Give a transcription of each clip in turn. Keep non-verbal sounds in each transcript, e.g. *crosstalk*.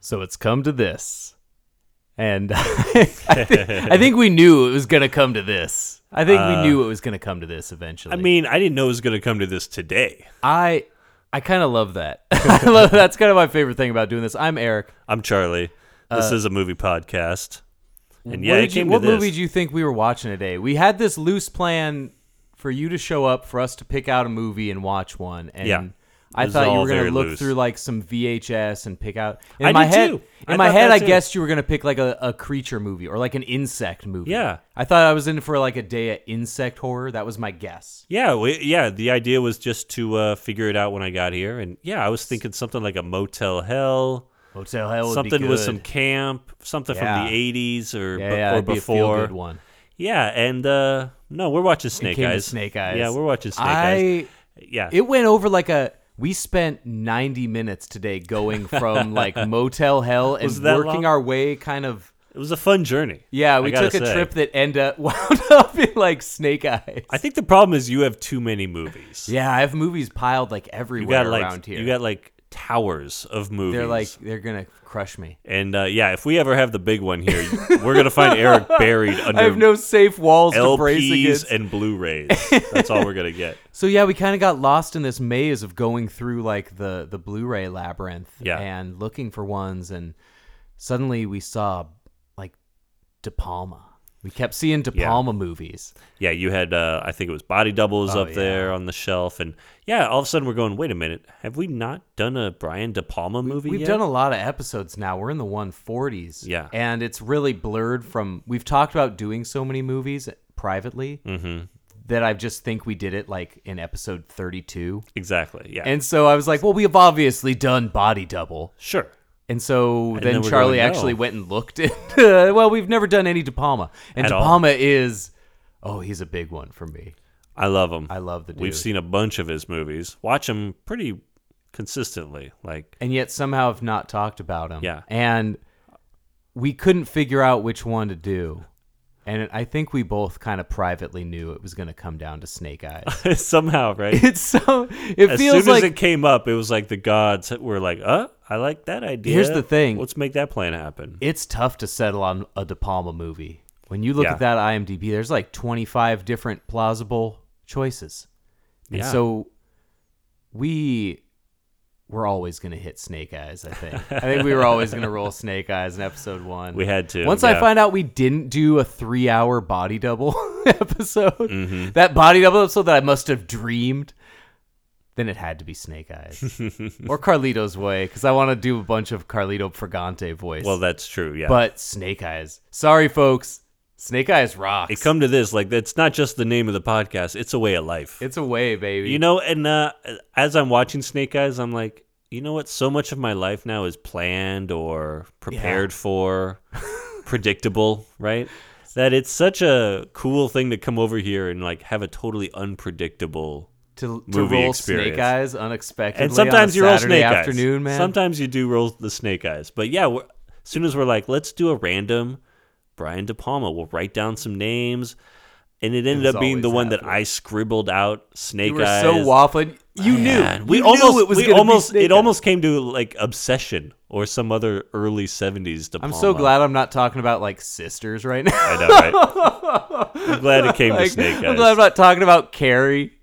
So it's come to this. And *laughs* I, think, I think we knew it was going to come to this. I think we knew it was going to come to this eventually. Uh, I mean, I didn't know it was going to come to this today. I I kind of love that. *laughs* I love that's kind of my favorite thing about doing this. I'm Eric. I'm Charlie. Uh, This is a movie podcast. And yeah, what it did you, came to what this. movie do you think we were watching today? We had this loose plan for you to show up for us to pick out a movie and watch one. And Yeah. It I was thought you all were going to very look loose. through like some VHS and pick out. In I my did, head, too. in I my thought head, that, I too. guessed you were going to pick like a, a creature movie or like an insect movie. Yeah. I thought I was in for like a day at insect horror. That was my guess. Yeah, we, yeah. The idea was just to uh, figure it out when I got here, and yeah, I was thinking something like a Motel Hell, Hotel Hell would be something with good. some camp, something Yeah. from the '80s or yeah, be- yeah, or that'd be a before. feel good one. Yeah, and uh, no, we're watching Snake came to Eyes. Snake Eyes. Yeah, we're watching Snake Eyes. I Yeah, It went over like a. We spent 90 minutes today *laughs* going from like Motel Hell and Was that working long? our way kind of. it was a fun journey. Yeah, I we gotta took a say. trip that end up *laughs* wound up in like Snake Eyes. I think the problem is you have too many movies. yeah, I have movies piled like you everywhere got like around here. you got like towers of movies. they're like they're gonna crush me. and uh, yeah, if we ever have the big one here, we're gonna find *laughs* Eric buried under. I have no safe walls to brace LPs against. and Blu-rays. That's all we're gonna *laughs* get. so yeah, we kind of got lost in this maze of going through like the the Blu-ray labyrinth Yeah. and looking for ones, and suddenly we saw like De Palma. We kept seeing De Yeah. Palma movies. Yeah, you had uh, I think it was body doubles Oh, up there on the shelf, and yeah, all of a sudden we're going. Wait a minute, have we not done a Brian De Palma movie? We've yet? done a lot of episodes now. We're in the 140s. Yeah. And it's really blurred from. We've talked about doing so many movies privately Mm-hmm. that I just think we did it like in episode 32. exactly. Yeah, And so I was like, well, we have obviously done Body Double. sure. And so And then, then we're Charlie going, actually no. went and looked *laughs* at. well, we've never done any De Palma. And At De all. Palma is. Oh, he's a big one for me. I love him. I love the We've dude. seen a bunch of his movies. Watch him pretty consistently. Like *laughs* and yet somehow have not talked about him. Yeah. And we couldn't figure out which one to do. And I think we both kind of privately knew it was going to come down to Snake Eyes. *laughs* somehow, right? it's so it as feels soon like as it came up, it was like the gods were like, "Uh, I like that idea." Here's the thing. Let's make that plan happen. it's tough to settle on a De Palma movie. When you look Yeah. at that IMDb, there's like 25 different plausible choices. And Yeah. so we were always going to hit Snake Eyes, I think. I think we were always going to roll Snake Eyes in episode one. We had to, Once I yeah. find out we didn't do a three hour body double *laughs* episode, Mm-hmm. that body double episode that I must have dreamed. Then it had to be *laughs* Snake Eyes or Carlito's Way because I want to do a bunch of Carlito Fragante voice. well, that's true. Yeah, But Snake Eyes. Sorry, folks. Snake Eyes rocks. it come to this like it's not just the name of the podcast it's a way of life It's a way, baby. you know and uh, as i'm watching snake eyes i'm like you know what so much of my life now is planned or prepared for *laughs* predictable right that it's such a cool thing to come over here and like have a totally unpredictable to, to movie roll experience. Snake Eyes unexpectedly. and sometimes on a you roll Saturday snake eyes. afternoon, man. Sometimes you do roll the snake eyes. But yeah, we're, as soon as we're like, let's do a random Brian De Palma, we'll write down some names. And it ended was up being the always one that happening. I scribbled out snake you were eyes. so waffling. You Man, knew. We You almost knew it was we gonna be almost Snake it Eyes. almost came to like obsession or some other early 70s De I'm Palma. so glad I'm not talking about like sisters right *laughs* now. *laughs* I know, right? I'm glad it came *laughs* Like, to snake eyes. I'm glad I'm not talking about Carrie.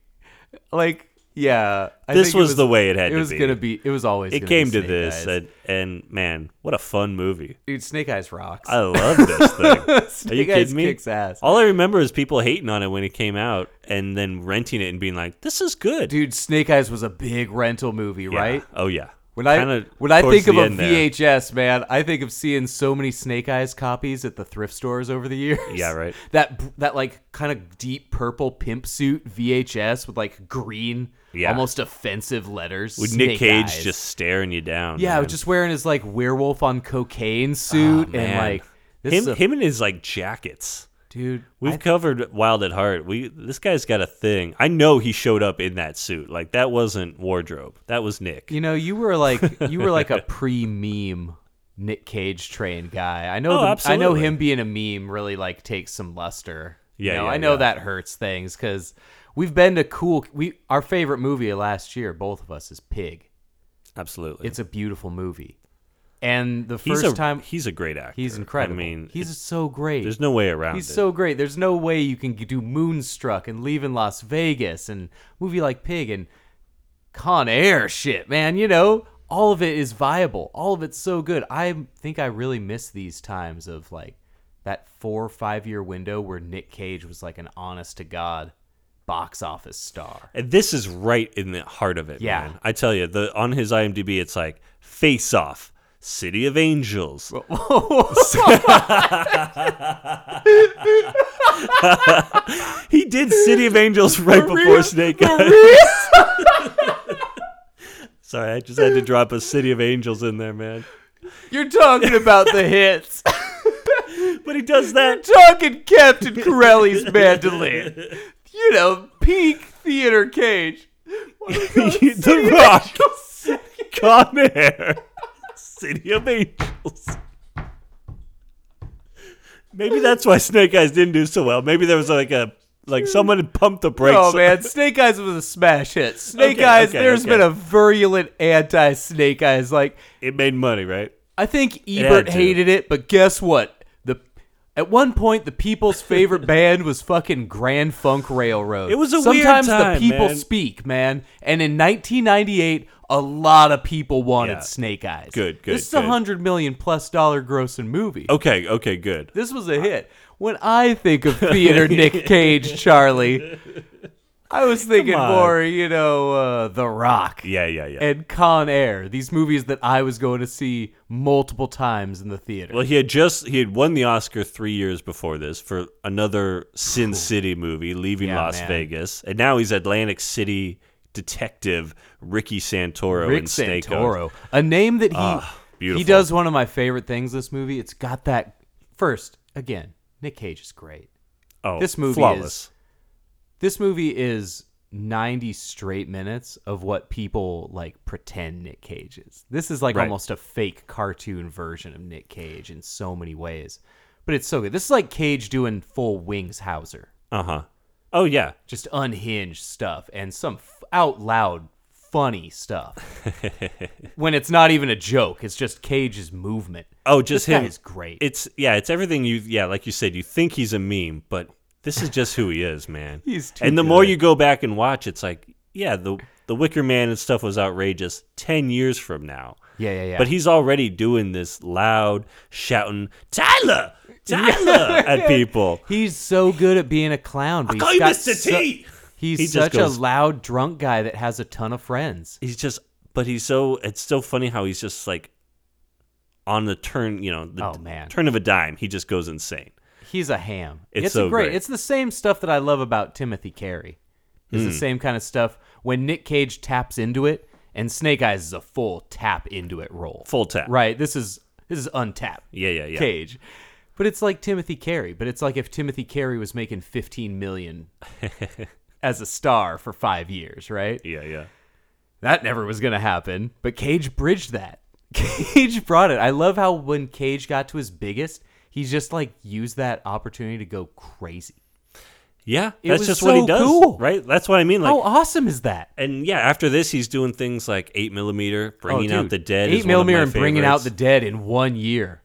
Like, yeah. I This think was the way it had it to was be. gonna be. It was always. it gonna came be to Snake this Eyes. and, and man, what a fun movie. Dude, Snake Eyes rocks. I love this *laughs* thing. Are you Snake Eyes kidding me? kicks ass. All I remember is people hating on it when it came out, and then renting it and being like, "This is good, Dude, Snake Eyes was a big rental movie, Yeah. right? Oh yeah, When I Kinda when I towards think of the a end there. VHS, man, I think of seeing so many Snake Eyes copies at the thrift stores over the years. Yeah, right. *laughs* That br- that like kind of deep purple pimp suit VHS with like green, Yeah. almost offensive letters. With Nick Snake Cage Eyes. just staring you down. yeah, man. just wearing his like werewolf on cocaine suit and man. like this is him, a- him and his like jackets. dude. We've covered Wild at Heart. We this guy's got a thing. I know he showed up in that suit. Like that wasn't wardrobe. That was Nick. You know, you were like you were *laughs* like a pre meme Nick Cage trained guy. I know Oh, the, I know absolutely. him being a meme really like takes some luster. You Yeah, know, yeah, I know yeah. that hurts things because we've been to cool. We our favorite movie of last year, both of us, is Pig. Oh, Absolutely. It's a beautiful movie, and the he's first a, time he's a great actor. he's incredible. I mean, he's so great. there's no way around He's it. so great. There's no way you can do Moonstruck and Leaving Las Vegas and movie like Pig and Con Air shit, man. You know, all of it is viable. All of it's so good. I think I really miss these times of like that four or five year window where Nick Cage was like an honest to God box *laughs* office star. *laughs* And this is right in the heart of it. Yeah. man. I tell you, the on his IMDb, it's like Face Off, City of Angels. he did City of *laughs* Angels right before Snake Eyes. *laughs* Sorry, I just had to drop a City of Angels in there, man. You're talking about the hits. But he does that. talking Captain Corelli's mandolin. You know, peak theater cage. *laughs* the Rock, *laughs* Con Air, City of Angels. Maybe that's why Snake Eyes didn't do so well. Maybe there was like a like someone had pumped the brakes. Oh man, Snake Eyes was a smash hit. Snake Okay, Eyes, okay, There's okay. been a virulent anti Snake Eyes. Like It made money, right? I think had Ebert to. hated it, but guess what? The at one point the people's favorite *laughs* band was fucking Grand Funk Railroad. It was a weird Sometimes time, the people man. speak, man. And in 1998, a lot of people wanted Yeah. Snake Eyes. Good, good, This is a good. hundred million plus dollar grossing movie. Okay, Uh, okay, good. This was a hit. When I think of *laughs* theater Nick Cage, Charlie, I was thinking Come on. more, you know, uh, The Rock Yeah, yeah, yeah. and Con Air, these movies that I was going to see multiple times in the theater. well, he had just he had won the Oscar three years before this for another Sin City movie, Leaving Yeah, Las man. Vegas, and now he's Atlantic City detective Ricky Santoro Rick in Snake Eyes. Santoro, a name that he Ah, he beautiful. does one of my favorite things. This movie, it's got that first again. Nick Cage is great. Oh, This movie is- flawless. This movie is 90 straight minutes of what people like pretend Nick Cage is. This is like Right. almost a fake cartoon version of Nick Cage in so many ways. But it's so good. This is like Cage doing full Wings Hauser, Uh huh. Oh yeah. just unhinged stuff and some f- out loud *laughs* funny stuff. when it's not even a joke, it's just Cage's movement. Oh, just This guy him. is great. It's yeah. It's everything you yeah. Like you said, you think he's a meme, but this is just who he is, man. *laughs* He's too and the more good. you go back and watch, it's like yeah, the the Wicker Man and stuff was outrageous ten years from now. yeah, yeah, yeah. But *laughs* he's already doing this loud shouting, Tyler, *laughs* Tyler, at people. He's so good at being a clown. I But he's call you got Mr. su- T. He's He just such goes- a loud drunk guy that has a ton of friends. He's just, but he's so. It's so funny how he's just like on the turn. You know, the Oh, man. turn of a dime, he just goes insane. He's a ham. It's a so great. great. It's the same stuff that I love about Timothy Carey. It's Hmm. the same kind of stuff when Nick Cage taps into it, and Snake Eyes is a full tap into it role. Full tap. Right. This is this is untapped. Yeah, yeah, yeah. Cage. But it's like Timothy Carey. But it's like if Timothy Carey was making fifteen *laughs* million as a star for five years, right? Yeah, yeah. that never was going to happen. But Cage bridged that. *laughs* Cage brought it. I love how when Cage got to his biggest, he just like used that opportunity to go crazy. Yeah, It that's was just what he so does, cool. Oh, right? That's what I mean. Like, how awesome is that? and yeah, after this, he's doing things like eight millimeter, bringing Oh, out dude, the dead, Eight is one of my millimeter and bringing out the favorites. dead in one year.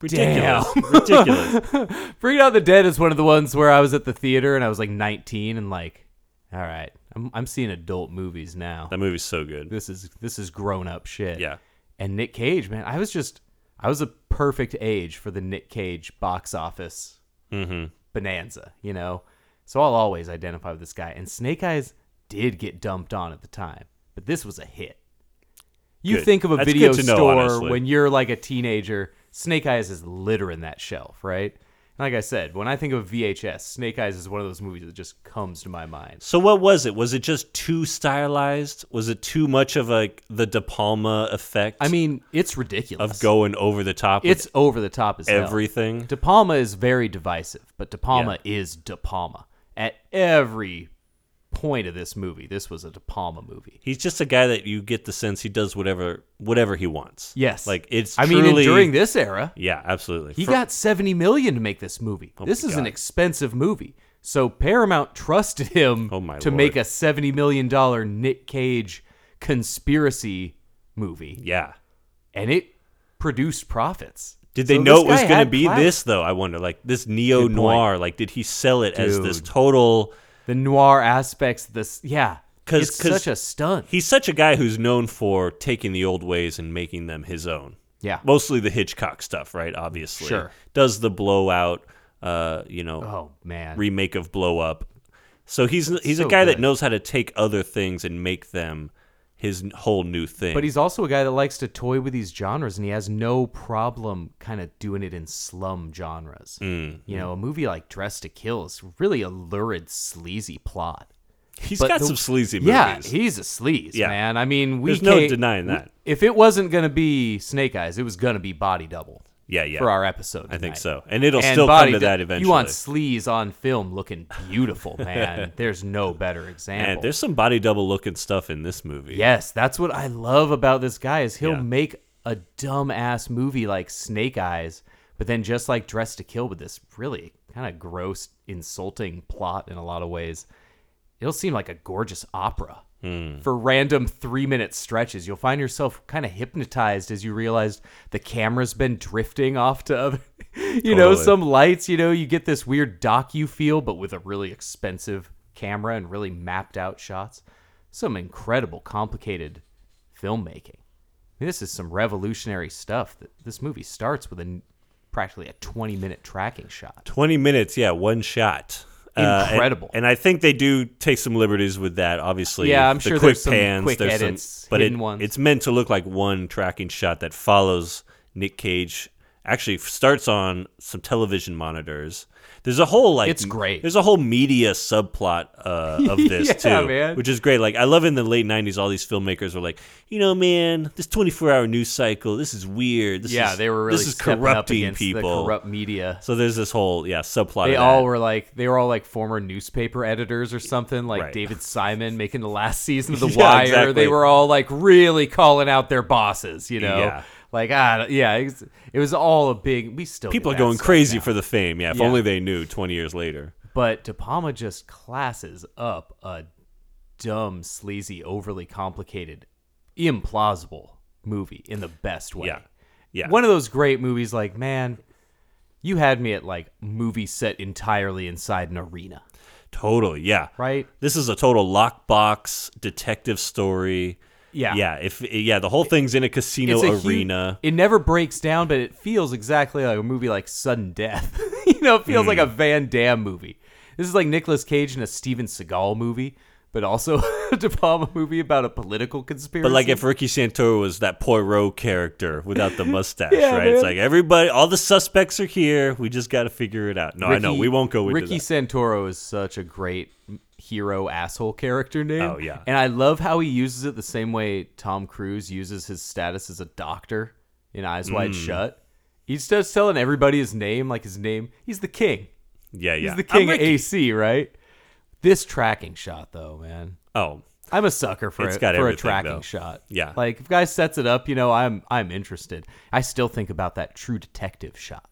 ridiculous, *laughs* ridiculous. Bringing out the dead is one of the ones where I was at the theater and I was like 19 and like, all right, I'm I'm seeing adult movies now. That movie's so good. This is this is grown up shit. Yeah. and Nick Cage, man, I was just I was a perfect age for the Nick Cage box office Mm-hmm. bonanza, you know. So I'll always identify with this guy. And Snake Eyes did get dumped on at the time, but this was a hit. You Good. think of a That's video good to know, store honestly. when you're like a teenager. Snake Eyes is littering that shelf, right? And like I said, when I think of VHS, Snake Eyes is one of those movies that just comes to my mind. So what was it? Was it just too stylized? Was it too much of a the De Palma effect? I mean, it's ridiculous. of going over the top. it's with over the top as hell. everything. De Palma is very divisive, but De Palma is De Palma. At every point of this movie, this was a De Palma movie. He's just a guy that you get the sense he does whatever whatever he wants. Yes. like it's. I mean, truly, and during this era, yeah, absolutely. he For- Oh got 70 million to make this movie. my this is an God. expensive movie. So Paramount trusted him Oh, my to Lord. make a 70 million dollar Nick Cage conspiracy movie yeah. and it produced profits. Did they So know this it was guy going to had be clout. this though? I wonder. Like this neo Good point. noir. Like did he sell it as this Dude. total? The noir aspects this yeah. Because it's such a stunt. He's such a guy who's known for taking the old ways and making them his own. yeah. mostly the Hitchcock stuff, right? Obviously, Sure. Does the blowout, uh, you know, oh man. remake of Blow Up? So he's he's So a guy good. that knows how to take other things and make them his n- whole new thing. But he's also a guy that likes to toy with these genres, and he has no problem kind of doing it in slum genres. You know, a movie like Dress to Kill is really a lurid, sleazy plot. he's but got the- some sleazy movies. Yeah, he's a sleaze, Yeah. man. I mean, we There's no can't- denying we- that. if it wasn't gonna be Snake Eyes, it was gonna be Body Double yeah, yeah. for our episode. I think tonight. so, and it'll And still come Body to Dou- that eventually. You want sleaze on film looking *laughs* beautiful, man. there's no better example. and there's some body double looking stuff in this movie. Yes, that's what I love about this guy is he'll Yeah. make a dumbass movie like Snake Eyes, but then just like Dress to Kill with this really kind of gross, insulting plot in a lot of ways, it'll seem like a gorgeous opera. Hmm. For random three minute stretches, you'll find yourself kind of hypnotized as you realize the camera's been drifting off to other, *laughs* you know, Totally. some lights. You know, you get this weird docu feel, but with a really expensive camera and really mapped out shots. Some incredible, complicated filmmaking. I mean, this is some revolutionary stuff. That this movie starts with a practically a twenty minute tracking shot. 20 minutes, yeah, one shot. Uh, and- Incredible. and, I think they do take some liberties with that, obviously. Yeah, I'm the sure quick there's some pans, quick there's some- edits, but hidden it- ones. it's meant to look like one tracking shot that follows Nick Cage. Actually, starts on some television monitors. There's a whole like It's great. There's a whole media subplot uh, *laughs* of this Yeah, too, man. which is great. Like I love in the late '90s, all these filmmakers were like, you know, man, this 24-hour news cycle, this is weird. This yeah, is- they were really this is stepping up corrupting against people. the corrupt media. So there's this whole yeah subplot. They of all that. were like they were all like former newspaper editors or something, like Right. David Simon making the last *laughs* season of The Yeah, Wire. They exactly. were all like really calling out their bosses, you know. Yeah. Like ah, yeah, it was, it was all a big. We still do people are that going stuff crazy now. for the fame. Yeah, if Yeah. only they knew 20 years later. But De Palma just classes up a dumb, sleazy, overly complicated, implausible movie in the best way. Yeah. Yeah. One of those great movies, like man, you had me at like movie set entirely inside an arena, totally. Yeah. right? This is a total lockbox detective story. Yeah. Yeah, if yeah, the whole thing's in a casino hu- arena. it never breaks down, but it feels exactly like a movie like Sudden Death. *laughs* you know, it feels like Hmm. a Van Damme movie. This is like Nicolas Cage in a Steven Seagal movie, but also *laughs* a De Palma movie about a political conspiracy. but like if Ricky Santoro was that Poirot character without *laughs* the mustache, Yeah, right? man. It's like everybody, all the suspects are here. We just got to figure it out. No, I know Ricky- we won't go into Ricky that. Santoro is such a great hero asshole character name. Oh, yeah. and I love how he uses it the same way Tom Cruise uses his status as a doctor in Eyes Wide Hmm. Shut. He starts telling everybody his name, like his name. He's the king. yeah, yeah. He's the I'm king of Ricky. AC, right? This tracking shot, though, man, Oh, I'm a sucker for It's a, got for a everything, tracking though. shot. Yeah. like if guy sets it up, you know, I'm I'm interested. I still think about that True Detective shot,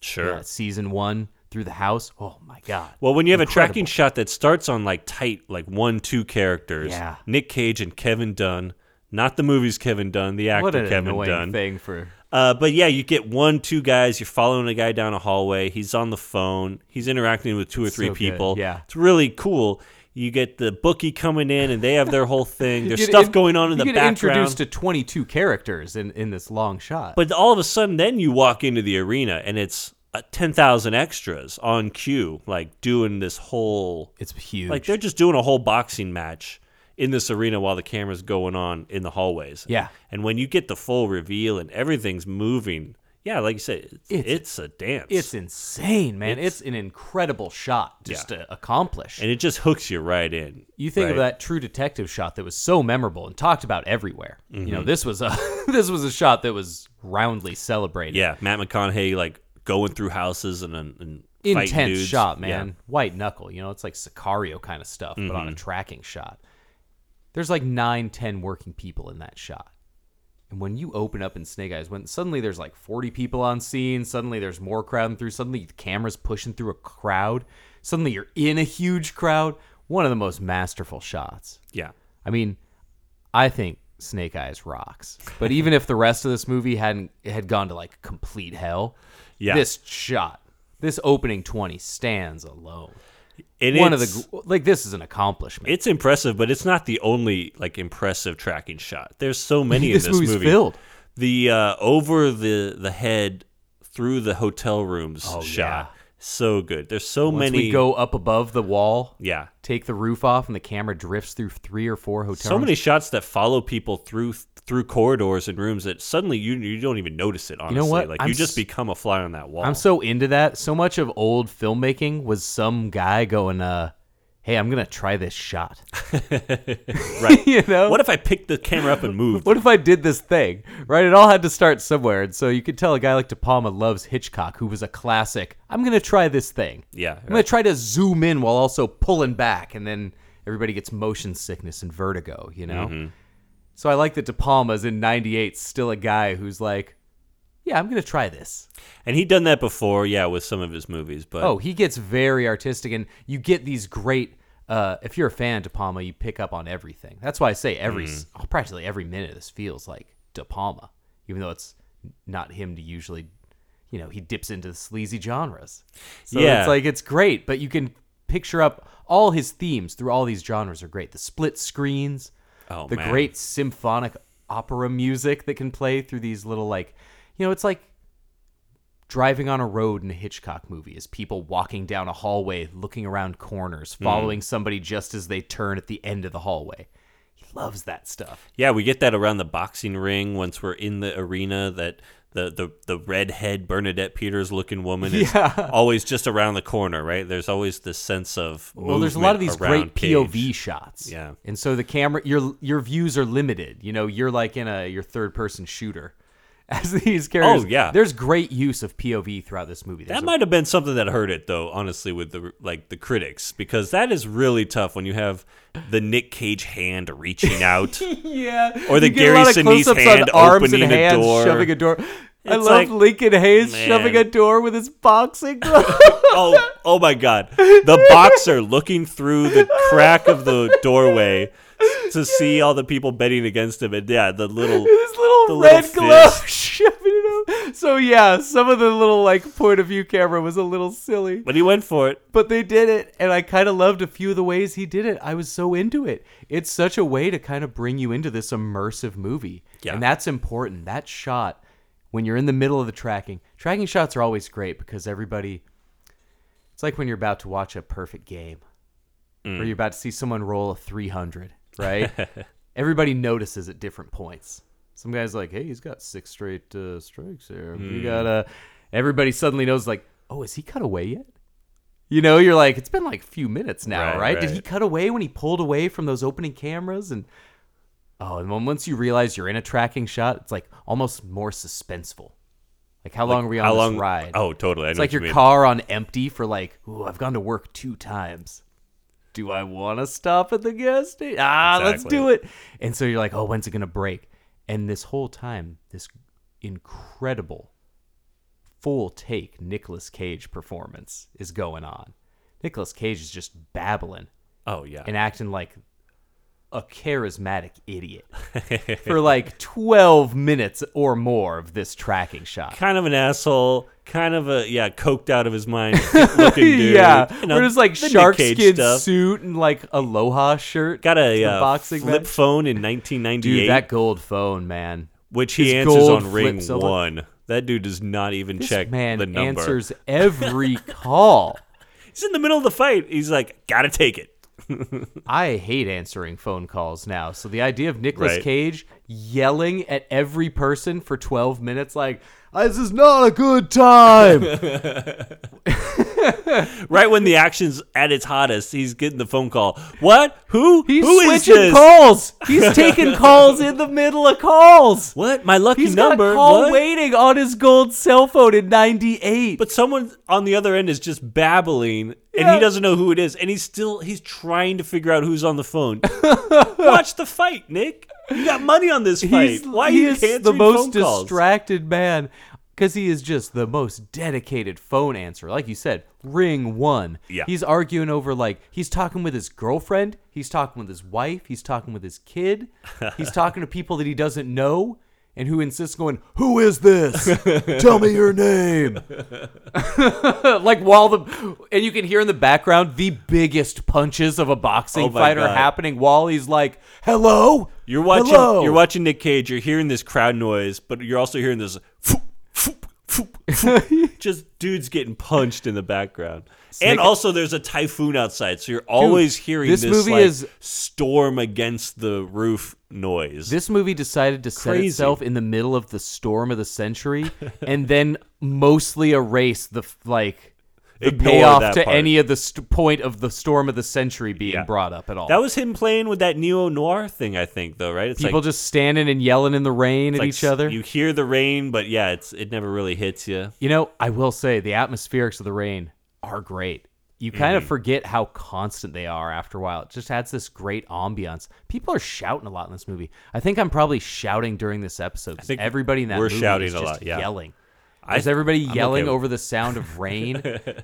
sure. Yeah, season one through the house. Oh my god, Well, when you have a tracking shot that starts on like tight, like one, two characters, Yeah. Nick Cage and Kevin Dunn, not the movie's Kevin Dunn, the actor what an Kevin annoying Dunn. thing for. Uh, but yeah, you get one, two guys. You're following a guy down a hallway. He's on the phone. He's interacting with two or three So good, people. yeah. it's really cool. You get the bookie coming in, and they have their whole thing. There's *laughs* You get stuff in- going on in you the get background. Introduced to 22 characters in in this long shot. But all of a sudden, then you walk into the arena, and it's uh, ten thousand extras on cue, like doing this whole it's huge. Like they're just doing a whole boxing match in this arena while the camera's going on in the hallways. Yeah. And when you get the full reveal and everything's moving, yeah, like you said, it's, It's- it's, a dance. It's insane, man. It's, It's- an incredible shot just Yeah. to accomplish. and it just hooks you right in. you think of right? that True Detective shot that was so memorable and talked about everywhere. You Mm-hmm. know, this was a *laughs* this was a shot that was roundly celebrated. Yeah, Matt McConaughey like going through houses and and, and fighting intense dudes. shot, Yeah. man. White knuckle, you know, it's like Sicario kind of stuff, but Mm-hmm. on a tracking shot. There's like nine, ten working people in that shot. And when you open up in Snake Eyes, when suddenly there's like 40 people on scene, suddenly there's more crowding through, suddenly the camera's pushing through a crowd, suddenly you're in a huge crowd. One of the most masterful shots. Yeah. I mean, I think Snake Eyes rocks. *laughs* But even if the rest of this movie hadn't had gone to like complete hell, Yeah. this shot, this opening twenty stands alone. And One of it's- the gr- like this is an accomplishment. It's impressive, but it's not the only like impressive tracking shot. There's *laughs* so many This in this movie's movie. filled. The uh, over the the head through the hotel rooms shot. So good. There's so Oh, Once many we go up above the wall, Yeah. take the roof off, and the camera drifts through three or four hotels. So many shots that follow people through through corridors and rooms that suddenly you you don't even notice it honestly. know what? Like I'm you just s- become a fly on that wall. I'm so into that. So much of old filmmaking was some guy going, uh, "Hey, I'm gonna try this shot." *laughs* right. *laughs* you know? What if I picked the camera *laughs* up and moved? What if I did this thing? Right? It all had to start somewhere. And so you could tell a guy like De Palma loves Hitchcock, who was a classic. I'm going to try this thing. Yeah, I'm going to try to zoom in while also pulling back. And then everybody gets motion sickness and vertigo, you know? Mm-hmm. So I like that De Palma's in 98 still a guy who's like, yeah, I'm going to try this. And he'd done that before, yeah, with some of his movies, but Oh, he gets very artistic, and you get these great. Uh, if you're a fan of De Palma, you pick up on everything. That's why I say every s Mm-hmm. oh, practically every minute of this feels like De Palma, even though it's not him to usually. You know, he dips into the sleazy genres. So Yeah. it's like it's great, but you can picture up all his themes through all these genres are great. The split screens, Oh, the man. great symphonic opera music that can play through these little like, you know, it's like driving on a road in a Hitchcock movie is people walking down a hallway, looking around corners, Mm. following somebody just as they turn at the end of the hallway. He loves that stuff. Yeah, we get that around the boxing ring once we're in the arena that the the, the redhead Bernadette Peters looking woman is always just around the corner, right? There's always this sense of Well, there's a lot of these movement great around Cage. POV shots. Yeah. And so the camera your your views are limited. You know, you're like in a your third person shooter. *laughs* As these characters, Oh, yeah. There's great use of POV throughout this movie. There's That a- might have been something that hurt it though, honestly, with the like the critics, because that is really tough when you have the Nick Cage hand reaching out. *laughs* Yeah. Or the You get a Gary lot of Sinise close-ups hand opening a hands door. Shoving a door. I It's love like, Lincoln Hayes man. shoving a door with *laughs* his boxing glove. oh, oh my God! The boxer looking through the crack of the doorway to see all the people betting against him, and yeah, the little his little the red fist. glove *laughs* shoving it out. So yeah, some of the little like point of view camera was a little silly. But he went for it. But they did it, and I kind of loved a few of the ways he did it. I was so into it. It's such a way to kind of bring you into this immersive movie. Yeah. And that's important. That shot, when you're in the middle of the tracking, tracking shots are always great because everybody, it's like when you're about to watch a perfect game or Mm. you're about to see someone roll a 300, right? *laughs* everybody notices at different points. Some guy's like, "Hey, he's got six straight uh, strikes here." We got Mm. uh, everybody suddenly knows like, "Oh, is he cut away yet?" You know, you're like, "It's been like a few minutes now, right? Right, Did he right. cut away when he pulled away from those opening cameras?" And oh, and then once you realize you're in a tracking shot, it's like almost more suspenseful. Like, how long are we on How this long? ride? Oh, totally. I It's know like what you your mean. car on empty for like, ooh, I've gone to work two times. Do I want to stop at the gas station? Ah, let's Exactly. do it. And so you're like, oh, when's it going to break? And this whole time, this incredible full take Nicolas Cage performance is going on. Nicolas Cage is just babbling Oh yeah. and acting like a charismatic *laughs* idiot for like 12 minutes or more of this tracking shot. kind of an asshole. Kind of a yeah, coked out of his *laughs* mind looking dude. Yeah, You know, or just like the Nick shark Cage skin stuff. suit and like aloha shirt. Got a to the uh, boxing flip match. phone in 1998, Dude, that gold phone, man. which he his answers gold on ring flip silver- one. That dude does not even This check man the number. *laughs* answers every call. He's in the middle of the fight. He's like, gotta take it. I hate answering phone calls now. So the idea of Nicolas Right. Cage yelling at every person for 12 minutes, like, this is not a *laughs* good time. Right when *laughs* the action's at its hottest, he's getting the phone call. What? Who? He's Who is switching this? calls. *laughs* He's taking calls in the middle of calls. What? My lucky He's number. got a call What? waiting on his gold cell phone in 98. But someone on the other end is just babbling, and he Yeah. doesn't know who it is, and he's still he's trying to figure out who's on the phone. *laughs* Watch the fight, Nick. You got money on this fight. He's, Why are he you is answering the most phone calls? distracted man because he is just the most dedicated phone answer. Like you said, ring one. Yeah. He's arguing over like he's talking with his girlfriend, he's talking with his wife, he's talking with *laughs* his kid, he's talking to people that he doesn't know. And who insists going, Who is this? Tell me your name. *laughs* like while the and you can hear in the background the biggest punches of a boxing Oh my fight are God. happening while he's like, Hello? You're watching. Hello?" You're watching Nick Cage. You're hearing this crowd noise, but you're also hearing this. Foop, foop, foop, *laughs* foop. Just dudes getting punched in the background, and also there's a typhoon outside, so you're always hearing this this, movie like, is- storm against the roof noise. This movie decided to set Crazy. itself in the middle of the storm of the century *laughs* and then mostly erase the f- like the Ignore payoff that to part. any of the st- point of the storm of the century being Yeah. brought up at all. That was him playing with that neo noir thing, I think, though, right? It's People like, just standing and yelling in the rain it's at like each other. You hear the rain, but yeah, it's it never really hits you. You know, I will say the atmospherics of the rain are great. You kind Mm. of forget how constant they are after a while. It just adds this great ambiance. People are shouting a lot in this movie. I think I'm probably shouting during this episode because think everybody in that we're movie shouting is a just lot, yeah. yelling. I- Is everybody I'm okay yelling with- over the *laughs* sound of rain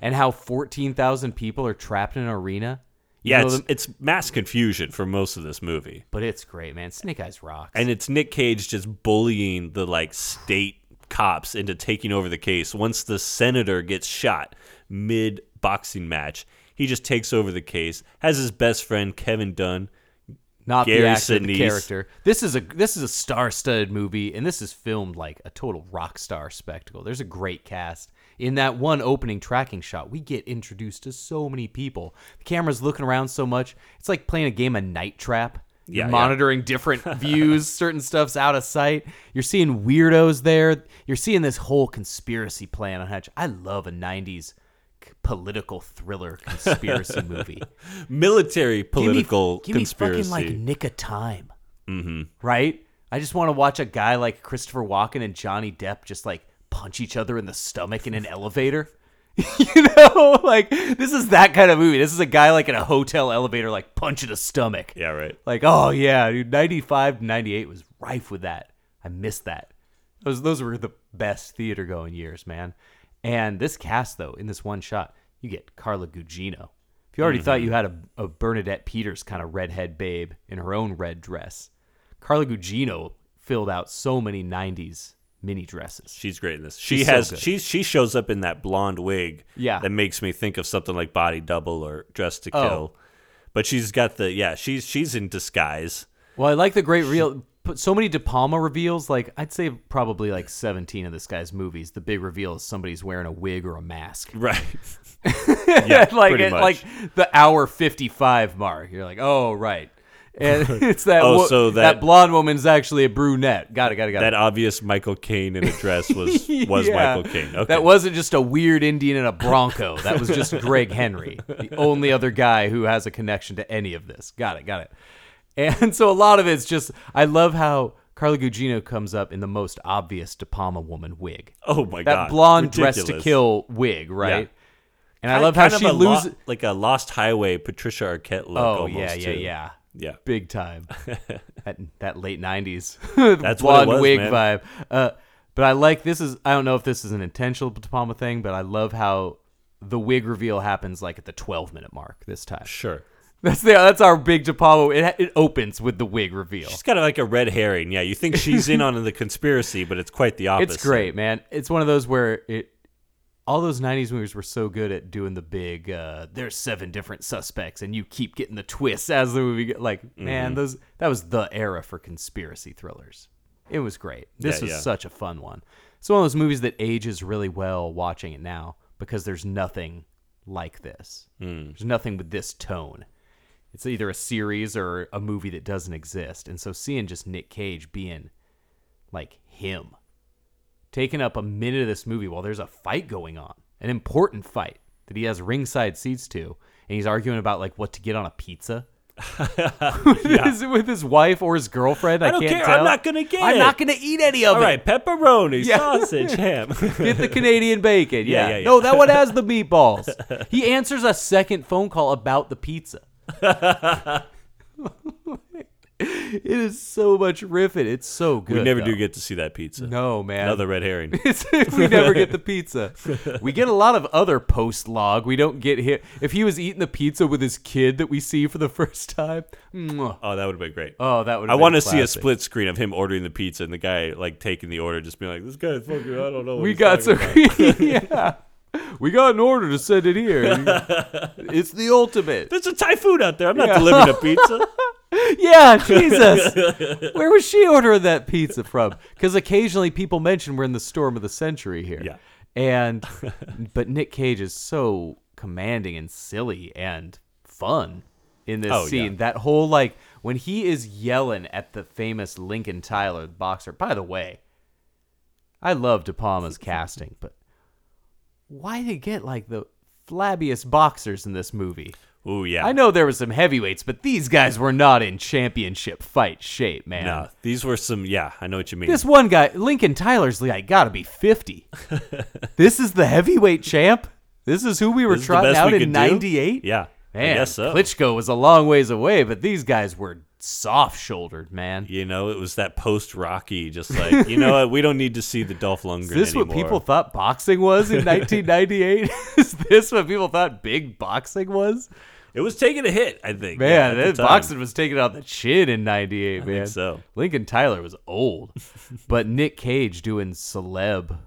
and how 14,000 people are trapped in an arena? even Yeah, though it's, the- it's mass confusion for most of this movie. but it's great, man. Snake Eyes rocks. And it's Nick Cage just bullying the like state cops into taking over the case. Once the senator gets shot mid boxing match, he just takes over the case, has his best friend Kevin Dunn. not the Gary actor, the Sinise. character. This is a this is a star-studded movie, and this is filmed like a total rock star spectacle. There's a great cast. In that one opening tracking shot, we get introduced to so many people. The camera's looking around so much. It's like playing a game of Night Trap. You're Yeah, yeah. monitoring *laughs* different views, certain stuff's out of sight. You're seeing weirdos there. You're seeing this whole conspiracy plan on Hutch. I love a 90s c- political thriller *laughs* conspiracy movie Military political give me, give conspiracy. Me fucking like Nick of Time, mm-hmm. right? I just want to watch a guy like Christopher Walken and Johnny Depp just like punch each other in the stomach in an elevator. *laughs* you know, *laughs* like this is that kind of movie. This is a guy like in a hotel elevator, like punching a stomach. yeah, right. Like, oh yeah, dude, 95 to 98 was rife with that. I missed that. Those those were the best theater going years, man. And this cast though, in this one shot, you get Carla Gugino. If you already thought you had a, a Bernadette Peters kind of redhead babe in her own red dress, Carla Gugino filled out so many 90s mini dresses. She's great in this. She She's so has good. she she shows up in that blonde wig. Yeah. that makes me think of something like Body Double or Dress to Oh. Kill. But she's got the yeah. She's she's in disguise. Well, I like the great real. Put so many De Palma reveals. Like I'd say probably like 17 of this guy's movies. The big reveal is somebody's wearing a wig or a mask. Right. yeah, *laughs* like pretty at, much. like the hour 55 mark you're like oh right *laughs* and it's that Oh, wo- so that, that- blonde woman's actually a brunette got it got it got *laughs* that it obvious Michael Caine in a dress *laughs* was was Yeah. Michael Caine. Okay. That wasn't just a weird Indian in a Bronco. That was just Greg Henry, the only other guy who has a connection to any of this. Got it, got it. And so a lot of it's just I love how Carla Gugino comes up in the most obvious De Palma woman wig. oh my that god. blonde Ridiculous. dress to kill wig, right? And I Kind- love how kind of she a lo- loses like a Lost Highway Patricia Arquette look. Oh almost, yeah, yeah, too. yeah, Yeah. big *laughs* time. that that late nineties That's what it blonde was, wig man. vibe. Uh, but I like this is I don't know if this is an intentional De Palma thing, but I love how the wig reveal happens like at the twelve minute mark this time. Sure. *laughs* That's the that's our big De Palma. It it opens with the wig reveal. She's got like a red herring. Yeah, you think she's in on the conspiracy, but it's quite the opposite. It's great, man. It's one of those where it all those 90s movies were so good at doing the big uh there's seven different suspects and you keep getting the twists as the movie get, like Mm-hmm. man those that was the era for conspiracy thrillers. It was great. This Yeah, was yeah. such a fun one. It's one of those movies that ages really well watching it Hmm. now because there's nothing like this. There's nothing with this tone. It's either a series or a movie that doesn't exist. And so seeing just Nick Cage being like him, taking up a minute of this movie while there's a fight going on, an important fight that he has ringside seats to, and he's arguing about like what to get on a *laughs* pizza. with, his, with his wife or his girlfriend, I, I don't can't care. tell. I'm not gonna get I'm it. not gonna eat any of All it. right, pepperoni, Yeah. *laughs* sausage, ham. Get the Canadian bacon. *laughs* Yeah. Yeah, yeah, yeah. No, that one has the meatballs. he answers a second phone call about *laughs* the pizza. *laughs* it is so much riffing. It's so *laughs* good. we never though. do get to see that pizza. No, man. Another red *laughs* herring. It's- we never get *laughs* the pizza. We get a lot of other post log. We don't get hit. If he was eating the pizza with his kid that we see for the first time, mwah. Oh, that would have been great. oh, that would. I want to see a split screen of him ordering the pizza and the guy like taking the order, just being like, "This guy's fucking, I don't know." What we he's got talking some. *laughs* yeah, we got an order to send it here. *laughs* it's the ultimate. There's a typhoon out there. I'm not Yeah. delivering a pizza. *laughs* Yeah, Jesus. Where was she ordering that pizza from? Because occasionally people mention we're in the storm of the century here. Yeah. *laughs* And but Nick Cage is so commanding and silly and fun in this Oh, yeah. scene. That whole like when he is yelling at the famous Lincoln Tyler boxer. By the way, I love *laughs* De Palma's casting, but why they get like the flabbiest boxers in this movie? Ooh, yeah. I know there were some heavyweights, but these guys were not in championship fight shape, man. No, these were some. Yeah, I know what you mean. This one guy, Lincoln Tyler's like, gotta be 50. *laughs* this is the heavyweight champ? This is who we were This is the trotting best out we in could do? 98? Yeah, Man, I guess so. Klitschko was a long ways away, but these guys were soft shouldered, man. *laughs* You know, it was that post Rocky, *laughs* just like you know what, we don't need to see the Dolph Lundgren. Is this what anymore. people thought boxing was *laughs* in 1998? *laughs* is this what people thought big boxing was? It was taking a hit, I think. *laughs* Man, yeah, at that the time. boxing was taken out the chin in '98, man. so. Lincoln Tyler was *laughs* old, but Nick Cage doing celeb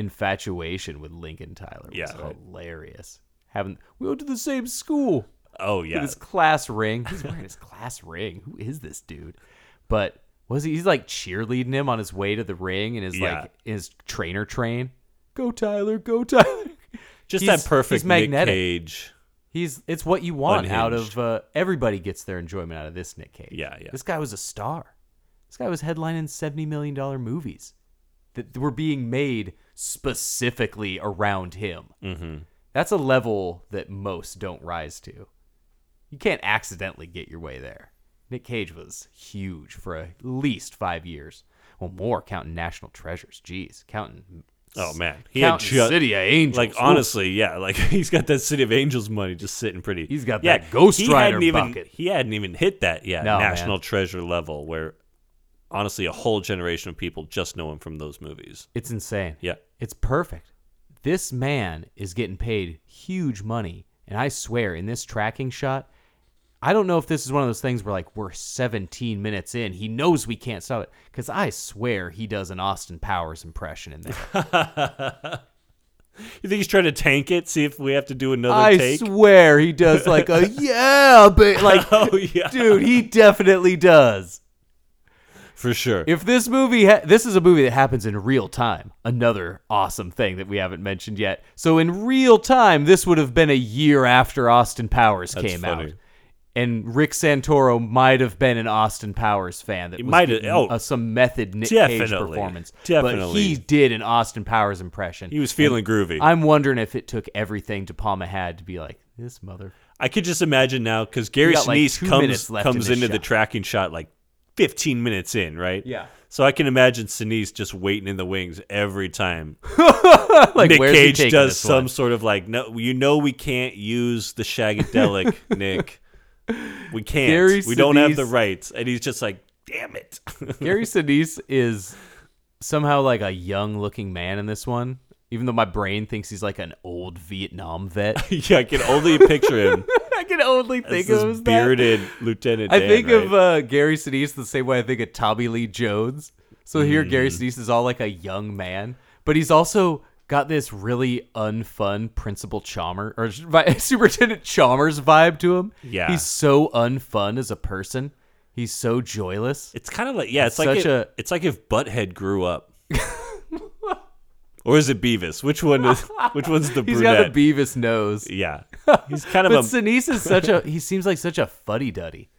infatuation with Lincoln Tyler was Yeah, right. hilarious. Having we went to the same school Oh with yeah, his class ring. He's wearing his class ring. Who is this dude? But was he? He's like cheerleading him on his way to the ring, and his Yeah. like his trainer train. Go Tyler, go Tyler. just he's- that perfect he's magnetic. Nick Cage. He's it's what you want out of Unhinged. uh, everybody gets their enjoyment out of this Nick Cage. Yeah, yeah. This guy was a star. This guy was headlining seventy million dollar movies that were being made specifically around him. Mm-hmm. That's a level that most don't rise to. You can't accidentally get your way there. Nick Cage was huge for at least five years. Well, more counting National Treasures. Jeez, counting. Oh man, counting City of Angels. Like Ooh. honestly, yeah, like *laughs* he's got that City of Angels money just sitting pretty. He's got yeah, that Ghost he Rider hadn't even, bucket. He hadn't even hit that yeah No, national man. treasure level where honestly a whole generation of people just know him from those movies. It's insane. Yeah. It's perfect. This man is getting paid huge money. And I swear, in this tracking shot, I don't know if this is one of those things where, like, we're 17 minutes in. He knows we can't stop it. Because I swear he does an Austin Powers impression in there. You think he's trying to tank it? See if we have to do another I take. swear he does, like, a *laughs* yeah, but, like, *laughs* oh yeah, dude, he definitely does. for sure. If this movie, ha- this is a movie that happens in real time. Another awesome thing that we haven't mentioned yet. So in real time, this would have been a year after Austin Powers That's came out, funny. and Rick Santoro might have been an Austin Powers fan that was might have- getting, oh, uh, some method Nick Cage definitely, performance. but definitely. he did an Austin Powers impression. he was feeling groovy. I'm wondering if it took everything De Palma had to be like this mother. I could just imagine now because Gary got, like, Sinise two minutes comes left comes in this into the shot. tracking shot like 15 minutes in, right? Yeah. So I can imagine Sinise just waiting in the wings every time like Nick where's he Cage taking does this one? some sort of like, no, you know, we can't use the shagadelic, *laughs* Nick. We can't. Gary we don't have the Sinise- rights, and he's just like, damn it. *laughs* Gary Sinise is somehow like a young looking man in this one, even though my brain thinks he's like an old Vietnam vet. yeah, I can only picture him *laughs* I can only as *laughs* think this of him as that. bearded Lieutenant. I Dan, think of right? uh, Gary Sinise the same way I think of Tommy Lee Jones. So here, Gary Sinise is all like a young man, but he's also got this really unfun Principal Chalmers or *laughs* Vi- Superintendent Chalmers vibe to him. Yeah. he's so unfun as a person. He's so joyless. It's kind of like yeah, it's, It's like if, such a- it's like if Butthead grew *laughs* up. or is it Beavis? Which one is which one's the *laughs* He's brunette? got the Beavis nose. *laughs* yeah. He's kind of but a Sinise is such a *laughs* he seems like such a fuddy duddy,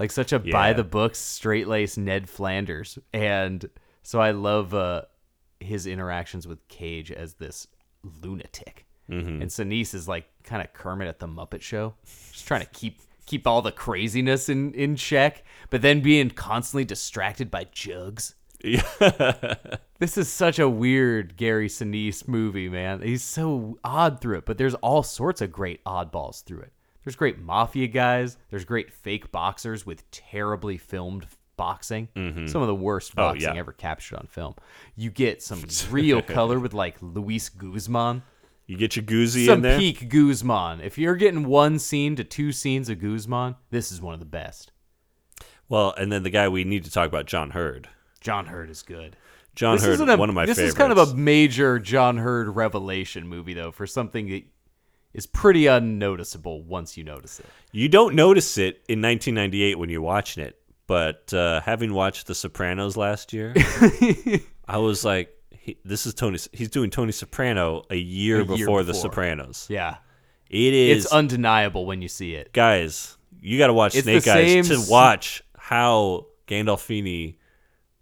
like such a by the books, straight laced Ned Flanders, and so I love uh, his interactions with Cage as this lunatic, Mm-hmm. and Sinise is like kind of Kermit at the Muppet Show, just trying to keep keep all the craziness in in check, but then being constantly distracted by Jugs. This is such a weird Gary Sinise movie, man. He's so odd through it, but there's all sorts of great oddballs through it. There's great mafia guys. There's great fake boxers with terribly filmed boxing. Some of the worst Oh, boxing yeah. ever captured on film. You *laughs* get some real color with like Luis Guzman. you get your goozy in Some there. peak Guzman. If you're getting one scene to two scenes of Guzman, this is one of the best. Well, and then the guy we need to talk about, John Hurd. John Hurd is good. John this Hurd, isn't a- one of my this favorites. is kind of a major John Hurd revelation movie, though, for something that is pretty unnoticeable once you notice it. You don't notice it in 1998 when you're watching it, but uh, having watched The Sopranos last *laughs* year, I was like, he, "This is Tony. He's doing Tony Soprano a year, A year before, The before. Sopranos. Yeah, It is, it's undeniable when you see it. guys. You got to watch It's Snake the same Eyes to s- watch how Gandolfini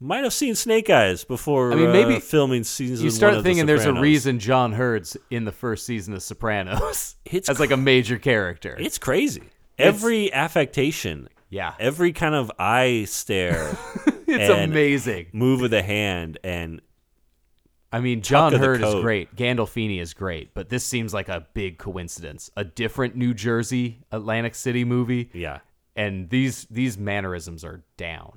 might have seen Snake Eyes before. I mean, maybe uh, filming season. You one start of The thinking there's a Sopranos. reason John Hurd's in the first season of Sopranos *laughs* It's as like a major character. It's crazy. Every affectation, yeah, every kind of eye stare. *laughs* it's and- amazing. move of the hand and I mean, John of the Hurd is coat. great. Gandolfini is great, but this seems like a big coincidence. A different New Jersey, Atlantic City movie. yeah and these these mannerisms are down.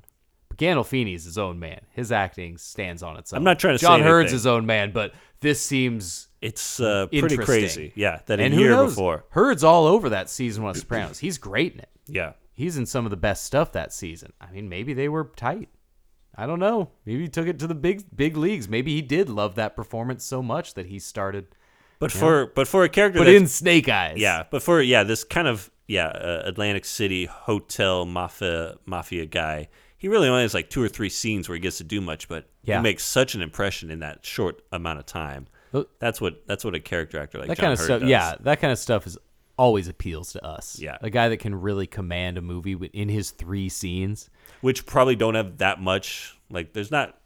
But Gandolfini is his own man. His acting stands on its own. I'm not trying to say John Hurd's anything. his own man, but this seems it's uh, pretty Mm, Interesting. crazy yeah that a and year who knows? before Hurd's all over that season one of Sopranos. He's great in it. yeah He's in some of the best stuff that season. I mean, maybe they were tight. I don't know. Maybe he took it to the big big leagues. Maybe he did love that performance so much that he started. but for but for a character But that's- in Snake Eyes, yeah but for yeah this kind of yeah uh, Atlantic City hotel mafia mafia guy he really only has like two or three scenes where he gets to do much but Yeah. he makes such an impression in that short amount of time Tho- that's what that's what a character actor like that John kind of Hurt stuff. does. Yeah, that kind of stuff is always appeals to us. Yeah. a guy that can really command a movie with- in his three scenes. which probably don't have that much like there's not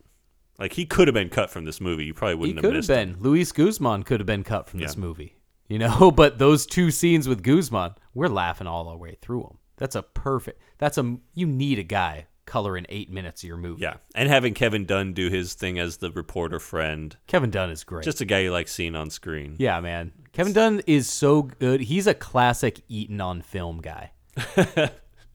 like he could have been cut from this movie you probably He wouldn't have could have missed been Luis Guzman could have been cut from this Yeah. movie, you know. *laughs* But those two scenes with Guzman, we're laughing all the way through them. That's a perfect. That's a you need a guy coloring eight minutes of your movie. Yeah, and having Kevin Dunn do his thing as the reporter friend, Kevin Dunn is great. just a guy you like seeing on screen. yeah, man. Kevin Dunn is so good. He's a classic eaten on film *laughs* guy.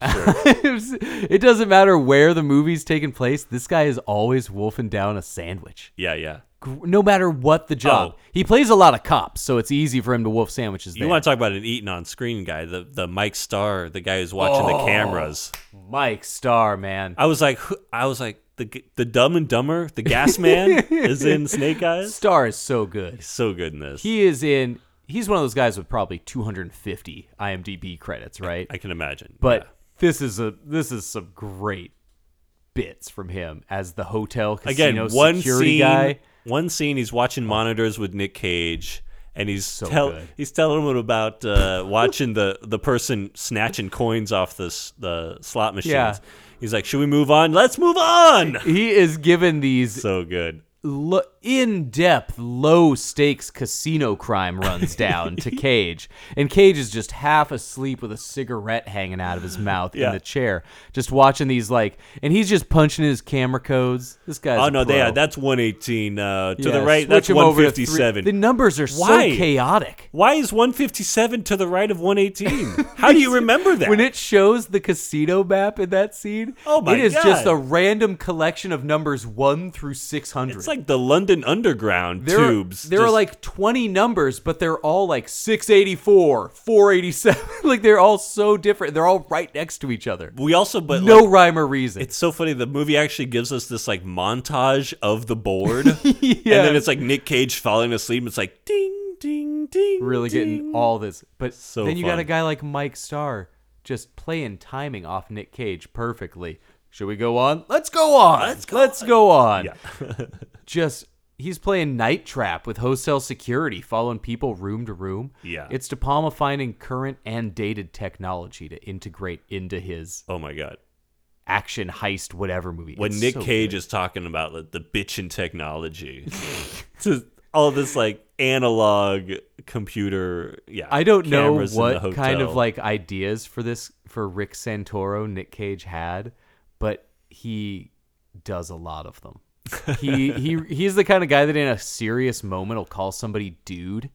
*laughs* it doesn't matter where the movie's taking place. This guy is always wolfing down a sandwich, yeah, yeah. Gr- no matter what the job. Oh. He plays a lot of cops, so it's easy for him to wolf sandwiches. You there. want to talk about an eating on screen guy? The the Mike Starr, the guy who's watching Oh. the cameras. Mike Starr, man. I was like, who- I was like, the g- the Dumb and Dumber, the Gas Man *laughs* is in Snake Eyes. Starr is so good. So good in this. He is in. He's one of those guys with probably 250 IMDb credits, right? I can imagine. but yeah. this is a this is some great bits from him as the hotel casino again, one security scene, guy. one scene, he's watching monitors with Nick Cage. And he's tell, good. he's telling him about uh, watching the, the person snatching coins off the s- the slot machines. Yeah. He's like, "Should we move on? Let's move *laughs* on." He is given these So good. lo- in-depth low stakes casino *laughs* crime runs down to cage and cage is just half asleep with a cigarette hanging out of his mouth Yeah. in the chair just watching these like and he's just punching his camera codes this guy's oh a no, they pro. are, that's 118 uh, to Yeah, the right. switch That's him over to three- 157. the numbers are Why? so chaotic Why is 157 to the right of 118? How do *laughs* you remember that? when it shows the casino map in that scene Oh my it is just God. a random collection of numbers 1 through 600 it's like the London Underground There are- tubes. There are just- like 20 numbers, but they're all like 684, 487. *laughs* like they're all so different. They're all right next to each other. we also but No like, rhyme or reason. It's so funny. The movie actually gives us this like montage of the *laughs* board, and then it's like Nick Cage falling asleep. It's like ding, ding, ding. really getting ding. all this. But So then you got fun. a guy like Mike Starr just playing timing off Nick Cage perfectly. Should we go on? Let's go on. Let's go on. Yeah. just he's playing Night Trap with hotel security, following people room to room. Yeah. It's De Palma finding current and dated technology to integrate into his *laughs* Oh my god. action heist whatever movie. When It's Nick so Cage good. is talking about like, the bitchin' technology, *laughs* to all this like analog computer, yeah. I don't know cameras in the what kind of hotel. like ideas for this for Rick Santoro Nick Cage had, but he does a lot *laughs* of them. he he he's the kind of guy that in a serious moment will call somebody dude.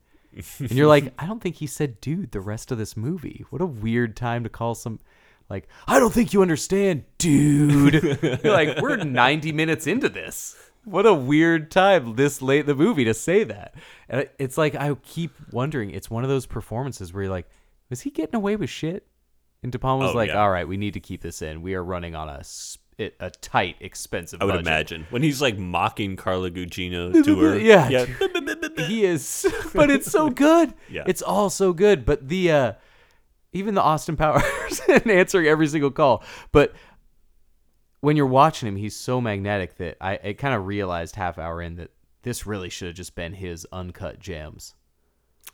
And you're like, I don't think he said dude the rest of this movie. What a weird time to call some like, I don't think you understand, *laughs* dude. you're like, we're 90 minutes into this. What a weird time this late in the movie to say that. And it- it's like I keep wondering, it's one of those performances where you're like, was he getting away with shit? And De Palma's Oh, like, yeah. all right, we need to keep this in. We are running on a s- it- a tight, expensive I would budget." imagine when he's like mocking Carla Gugino to her, Yeah. he is *laughs* but it's so good Yeah. it's all so good but the uh even the austin powers *laughs* and answering every single call but when you're watching him he's so magnetic that i it kind of realized half hour in that this really should have just been his uncut gems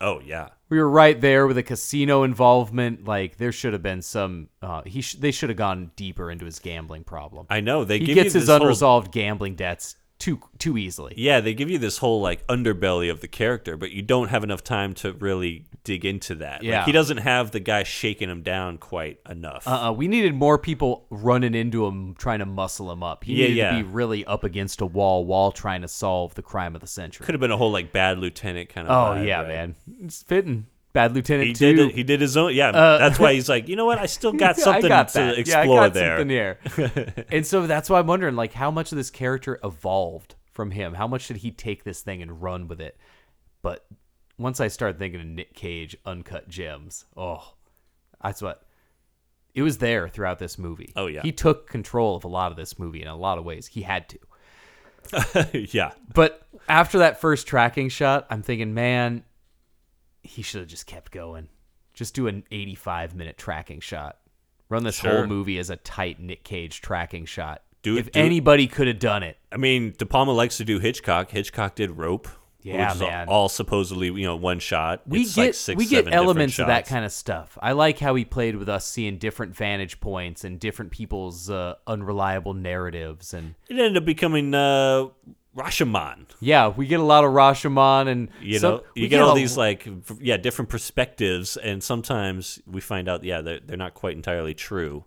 Oh yeah, we were right there with a casino involvement like there should have been some uh he sh- they should have gone deeper into his gambling problem I know they he give gets you his this whole- unresolved gambling debts too too easily yeah, they give you this whole like underbelly of the character, but you don't have enough time to really dig into that. Like, Yeah. he doesn't have the guy shaking him down quite enough. Uh, uh we needed more people running into him, trying to muscle him up. He Yeah, needed yeah. to be really up against a wall while trying to solve the crime of the century. Could have been a whole like bad lieutenant kind oh of. vibe, yeah, right? man, it's fitting. Bad Lieutenant He too. did. It, he did his own. Yeah, that's *laughs* why he's like, you know what? *laughs* I still *laughs* got something to explore yeah, I got there. Something *laughs* here. and so that's why I'm wondering, like, how much of this character evolved from him? How much did he take this thing and run with it? But once I started thinking of Nick Cage, uncut gems. Oh, that's what it was there throughout this movie. Oh, yeah. he took control of a lot of this movie in a lot of ways. He had to. *laughs* yeah, But after that first tracking shot, I'm thinking, man, he should have just kept going. Just do an 85 minute tracking shot. Run this Sure. whole movie as a tight Nick Cage tracking shot. Do it- if do it. anybody could have done it, I mean, De Palma likes to do Hitchcock. Hitchcock did Rope. Yeah, which is man. all supposedly you know one shot. we it's get like six, we seven get different elements of that shots. kind of stuff. I like how he played with us seeing different vantage points and different people's uh, unreliable narratives and It ended up becoming uh, Rashomon. yeah, we get a lot of Rashomon and You some- know, we you get, all a- these like v- yeah different perspectives, and sometimes we find out yeah they're, they're not quite entirely true.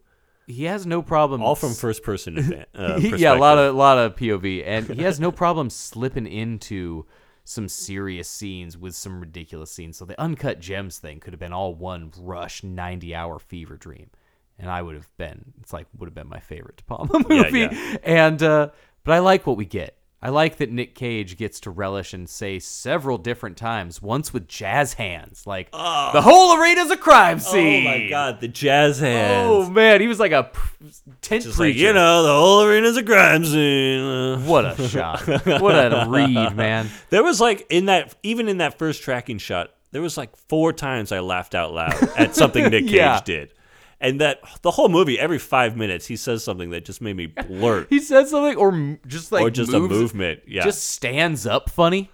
he has no problem All from first *laughs* person advan- uh, He- perspective. yeah, a *laughs* lot of a lot of POV, and he has no *laughs* problem slipping into some serious scenes with some ridiculous scenes. So the uncut gems thing could have been all one rush, ninety-hour fever dream, and I would have been. It's like would have been my favorite De Palma Yeah, movie. yeah. And uh, but I like what we get. I like that Nick Cage gets to relish and say several different times, once with jazz hands, like the whole arena's a crime Oh scene. my god, the jazz hands. Oh man, he was like a p- tent Just like, preacher. you know, the whole arena's a crime scene. Uh, What a shot. what a read, man. There was like in that, even in that first tracking shot, there was like four times I laughed out loud at something *laughs* Nick Cage Yeah. did, and that the whole movie, every five minutes, he says something that just *laughs* made me blurt, He said something or m- just like or just moves- a movement. Yeah, Just stands up funny.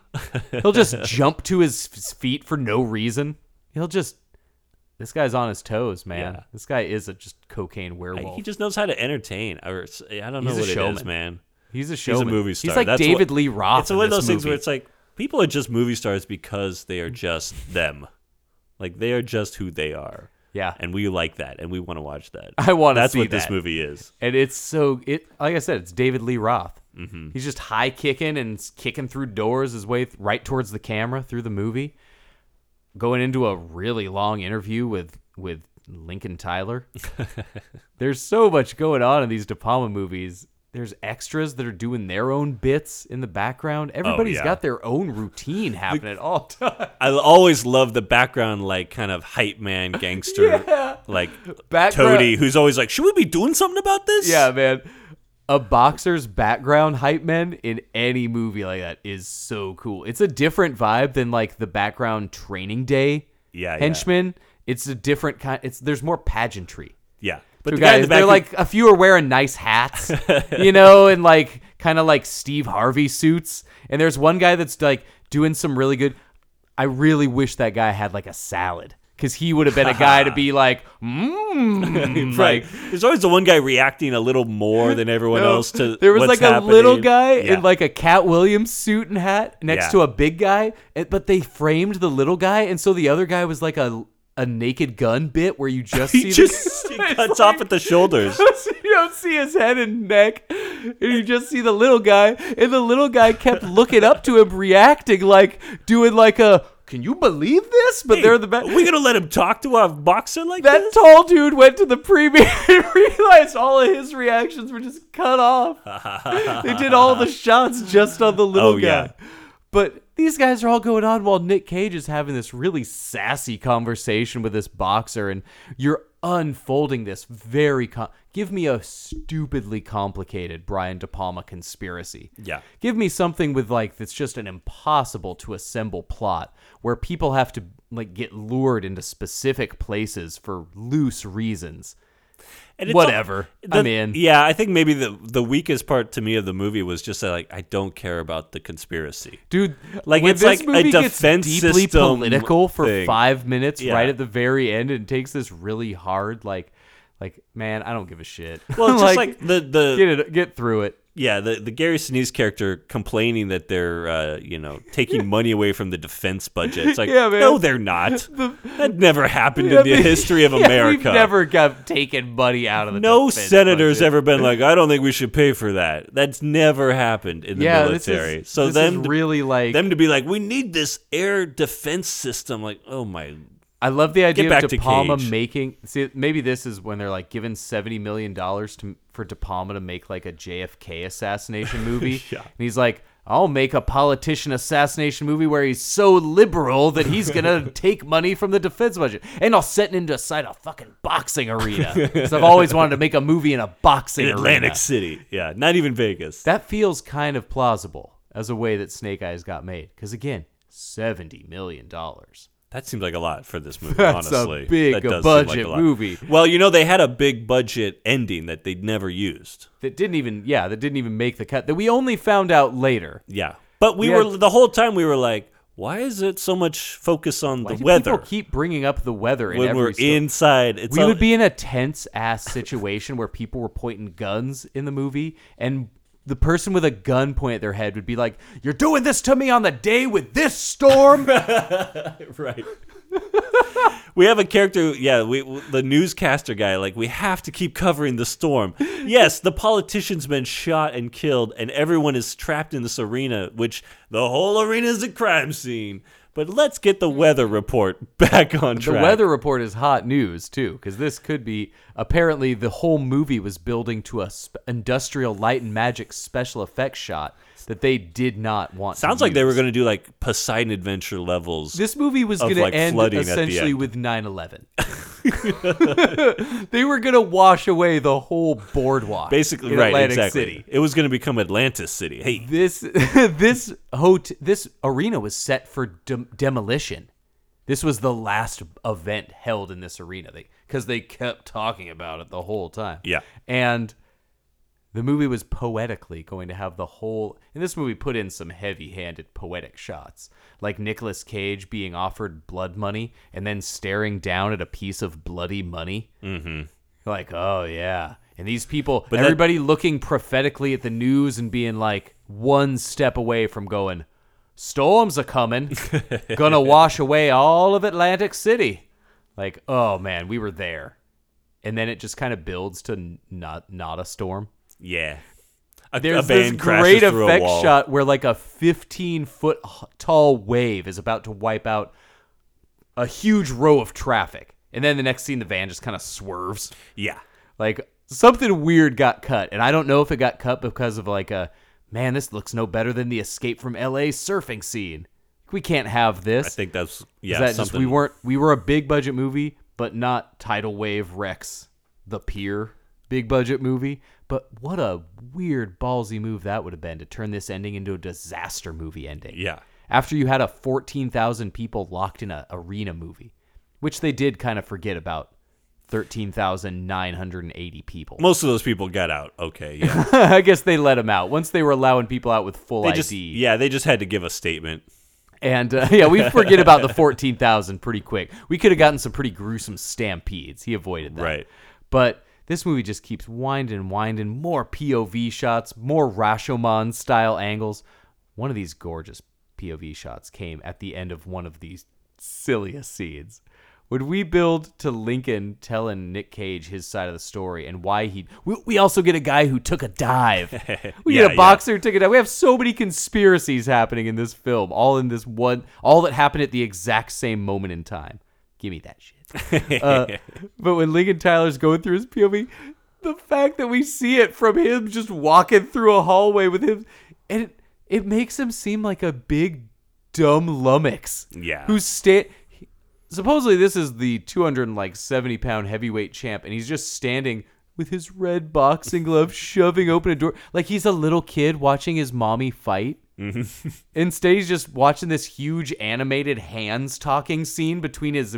He'll just *laughs* jump to his f- feet for no reason. He'll just This guy's on his toes, man. Yeah. This guy is a just cocaine Like, werewolf. he just knows how to entertain. Or s- I don't know He's a what it is, showman. man. he's a He's showman. a movie star. He's like That's what- David Lee Roth. It's in one of this those things where movie. it's like people are just movie stars because they are just them. Like they are just who they are. Yeah. and we like that, and we want to watch that. I wanna That's see what this that. movie is. And it's so it like I said, it's David Lee Roth. He's just high kicking and s- kicking through doors his way th- right towards the camera through the movie, going into a really long interview with with Lincoln Tyler. There's so much going on in these De Palma movies. There's extras that are doing their own bits in the background. Everybody's yeah. got their own routine happening at all *laughs* times. I always love the background, like kind of hype man *laughs* gangster, like Background- Toady, who's always like, "Should we be doing something about this?" Yeah, man. A boxer's background hype man in any movie like that is so cool. It's a different vibe than like the background training day yeah, yeah, henchman. It's a different kind. It's there's more pageantry. yeah. But Two the guy in guys, the back, they're who- like a few are wearing nice *laughs* hats, you know, and like kind of like Steve Harvey suits. And there's one guy that's like doing some really good. I really wish that guy had like a salad because he would have been a guy to *laughs* be like, mmm, right. like. There's always the one guy reacting a little more than everyone no. else to there was what's like a little happening. guy Yeah. in like a Cat Williams suit and hat next Yeah. to a big guy, and- but they framed the little guy, and so the other guy was like a a naked gun bit where *laughs* you just see he just *laughs* the, he It's cuts like- off at the shoulders. you don't see his head and neck, and you just see the little guy. And the little guy kept looking up to him, reacting like doing like a "Can you believe this?" *laughs* But they're the best. Are we gonna let him talk to a boxer like that this? tall dude went to the premiere *laughs* and realized all of his reactions were just cut *laughs* off. they did all the shots just on the little Oh, guy. yeah. But these guys are all going on while Nick Cage is having this really sassy conversation with this boxer, and you're unfolding this very. Com- Give me a stupidly complicated Brian De Palma conspiracy. Yeah. Give me something with like that's just an impossible to assemble plot where people have to like get lured into specific places for loose reasons. And it's Whatever. the- I'm in. Yeah, I think maybe the the weakest part to me of the movie was just that, like I don't care about the conspiracy. Dude, Like, when it's this like a movie gets defense deeply system political for thing. five minutes Yeah. right at the very end, and takes this really hard like, like man, I don't give a shit. Well, *laughs* it's just like, the the get it, get through it. yeah the, the Gary Sinise character complaining that they're uh, you know *laughs* taking money away from the defense budget. It's like Yeah, man. no, they're *laughs* not. that never happened in the history of Yeah, America. we've never got taken money out of the no defense senator's budget. ever been like, I don't think we should pay for that. That's never happened in the yeah, this is- military. so this then is really like them to be like, we need this air defense system. Like, oh my, I love the idea back of De to Palma Cage. making. See, maybe this is when they're like given seventy million dollars to for De Palma to make like a JFK *laughs* assassination movie, Yeah. and he's like, "I'll make a politician assassination movie where he's so liberal that *laughs* he's gonna take money from the defense budget, and I'll set it into a side a fucking boxing arena because I've always wanted to make a movie in a boxing in arena. Atlantic City. Yeah, not even Vegas. That feels kind of plausible as a way that Snake Eyes got made, because again, seventy million dollars. That seems like a lot for this movie. *laughs* That's a honestly, big That does budget seem like a lot. movie. Well, you know they had a big budget ending that they never used. that didn't even yeah that didn't even make the cut that we only found out later Yeah, but we Yeah. were the whole time we were like, why is it so much focus on Why the do weather people keep bringing up the weather in when every we're story? inside? It's we all- would be in a tense ass situation where people were pointing guns in the movie and the person with a gun pointed at their head would be like you're doing this to me on the day with *laughs* this storm right. We have a character, yeah. We the newscaster guy, like we have to keep covering the storm. Yes, the politician's been shot and killed, and everyone is trapped in this arena, which the whole arena is a crime scene. But let's get the weather report *laughs* back on Mm-hmm. the track. weather report is hot news too because this could be apparently the whole movie was building to a sp- industrial light and magic special effects shot that they did not want to sounds like they were use. going to do like Poseidon Adventure levels. This movie was of, going like, to end flooding at the essentially end. with 9 11. *laughs* they were going to wash away the whole boardwalk. basically in right, Atlantic exactly. City. It was going to become Atlantis City. Hey, *laughs* This, this, hot, this arena was set for dem- demolition. This was the last event held in this arena because they kept talking about it the whole time. Yeah. And the movie was poetically going to have the whole and this movie put in some heavy-handed poetic shots like Nicolas Cage being offered blood money and then staring down at a piece of bloody money mm-hmm. like oh yeah and these people But that- everybody looking prophetically at the news and being like one step away from going storms *laughs* are coming gonna wash away all of atlantic city like oh man we were there and then it just kind of builds to n- not not a storm yeah. A, there's a van this crashes great through a effect wall. shot where like a 15 foot h- tall wave is about to wipe out a huge row of traffic and then the next scene the van just kind of swerves Yeah. like something weird got cut and i don't know if it got cut because of like a man this looks no better than the escape from la surfing scene we can't have this I think that's yeah. is that something just we weren't we were a big budget movie, but not tidal wave Rex, the pier, big budget movie. But what a weird ballsy move that would have been to turn this ending into a disaster movie ending. Yeah. After you had a fourteen thousand people locked in a arena movie, which they did kind of forget about 13,980 people. Most of those people got out. Okay, yeah. *laughs* I guess they let them out once they were allowing people out with full They ID. just yeah, they just had to give a statement. And uh, yeah, we forget about the 14,000 pretty quick. We could have gotten some pretty gruesome stampedes. He avoided that. Right. But this movie just keeps winding and winding. More POV shots, more Rashomon style angles. One of these gorgeous POV shots came at the end of one of these silliest scenes. Would we build to Lincoln telling Nick Cage his side of the story and why he? We, we also get a guy who took *laughs* a dive. We Yeah, get a yeah. boxer who took a dive. We have so many conspiracies happening in this film, all in this one, all that happened at the exact same moment in time. Give me that shit. Uh, but when Lincoln Tyler's going through his POV, the fact that we see it from him just walking through a hallway with him, and it, it makes him seem like a big dumb lummox. Yeah. Who's sta- he- supposedly this is the 270 pound heavyweight champ, and he's just standing with his red boxing glove *laughs* shoving open a door like he's a little kid watching his mommy fight. Instead, he's just watching this huge animated hands talking scene between his.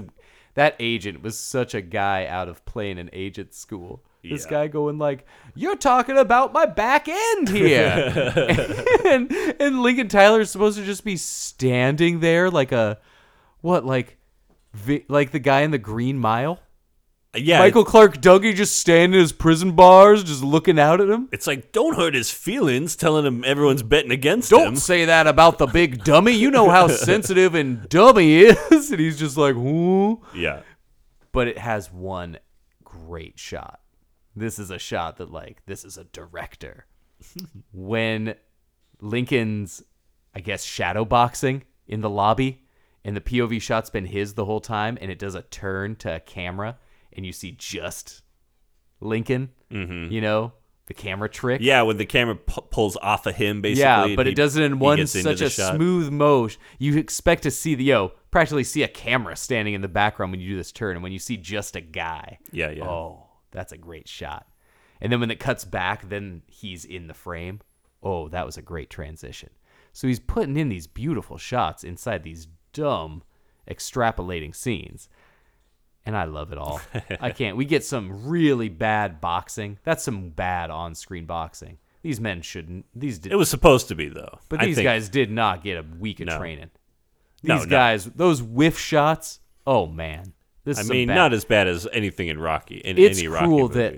That agent was such a guy out of playing an agent school. This Yeah. guy going like, "You're talking about my back *laughs* end here," and and Lincoln Tyler's supposed to just be standing there like a what like vi- like the guy in the Green Mile. Yeah. Michael Clark Dougie just standing in his prison bars, just looking out at him. It's like don't hurt his feelings, telling him everyone's betting against Don't him. say that about the big dummy. You know how sensitive and dumb he is. And he's just like, "Ooh." yeah. But it has one great shot. This is a shot that, like, this is a director. when Lincoln's, I guess, shadow boxing in the lobby, and the POV shot's been his the whole time, and it does a turn to a camera, and you see just Lincoln, you know, the camera trick. Yeah, when the camera pu- pulls off of him, basically. Yeah, and but he- it does it he in one gets into such the a shot. smooth motion. You expect to see the yo practically see a camera standing in the background when you do this turn, and when you see just a guy, Yeah, yeah. oh, that's a great shot. And then when it cuts back, then he's in the frame. Oh, that was a great transition. So he's putting in these beautiful shots inside these dumb, extrapolating scenes. And I love *laughs* it all. I can't. We get some really bad boxing. That's some bad on screen boxing. These men shouldn't. These did, It was supposed to be though. but I these think- guys did not get a week of No. training. These No, no. guys, those whiff shots. Oh man, this. I Is mean, some bad. not as bad as anything in Rocky. In It's any Rocky cruel movie. that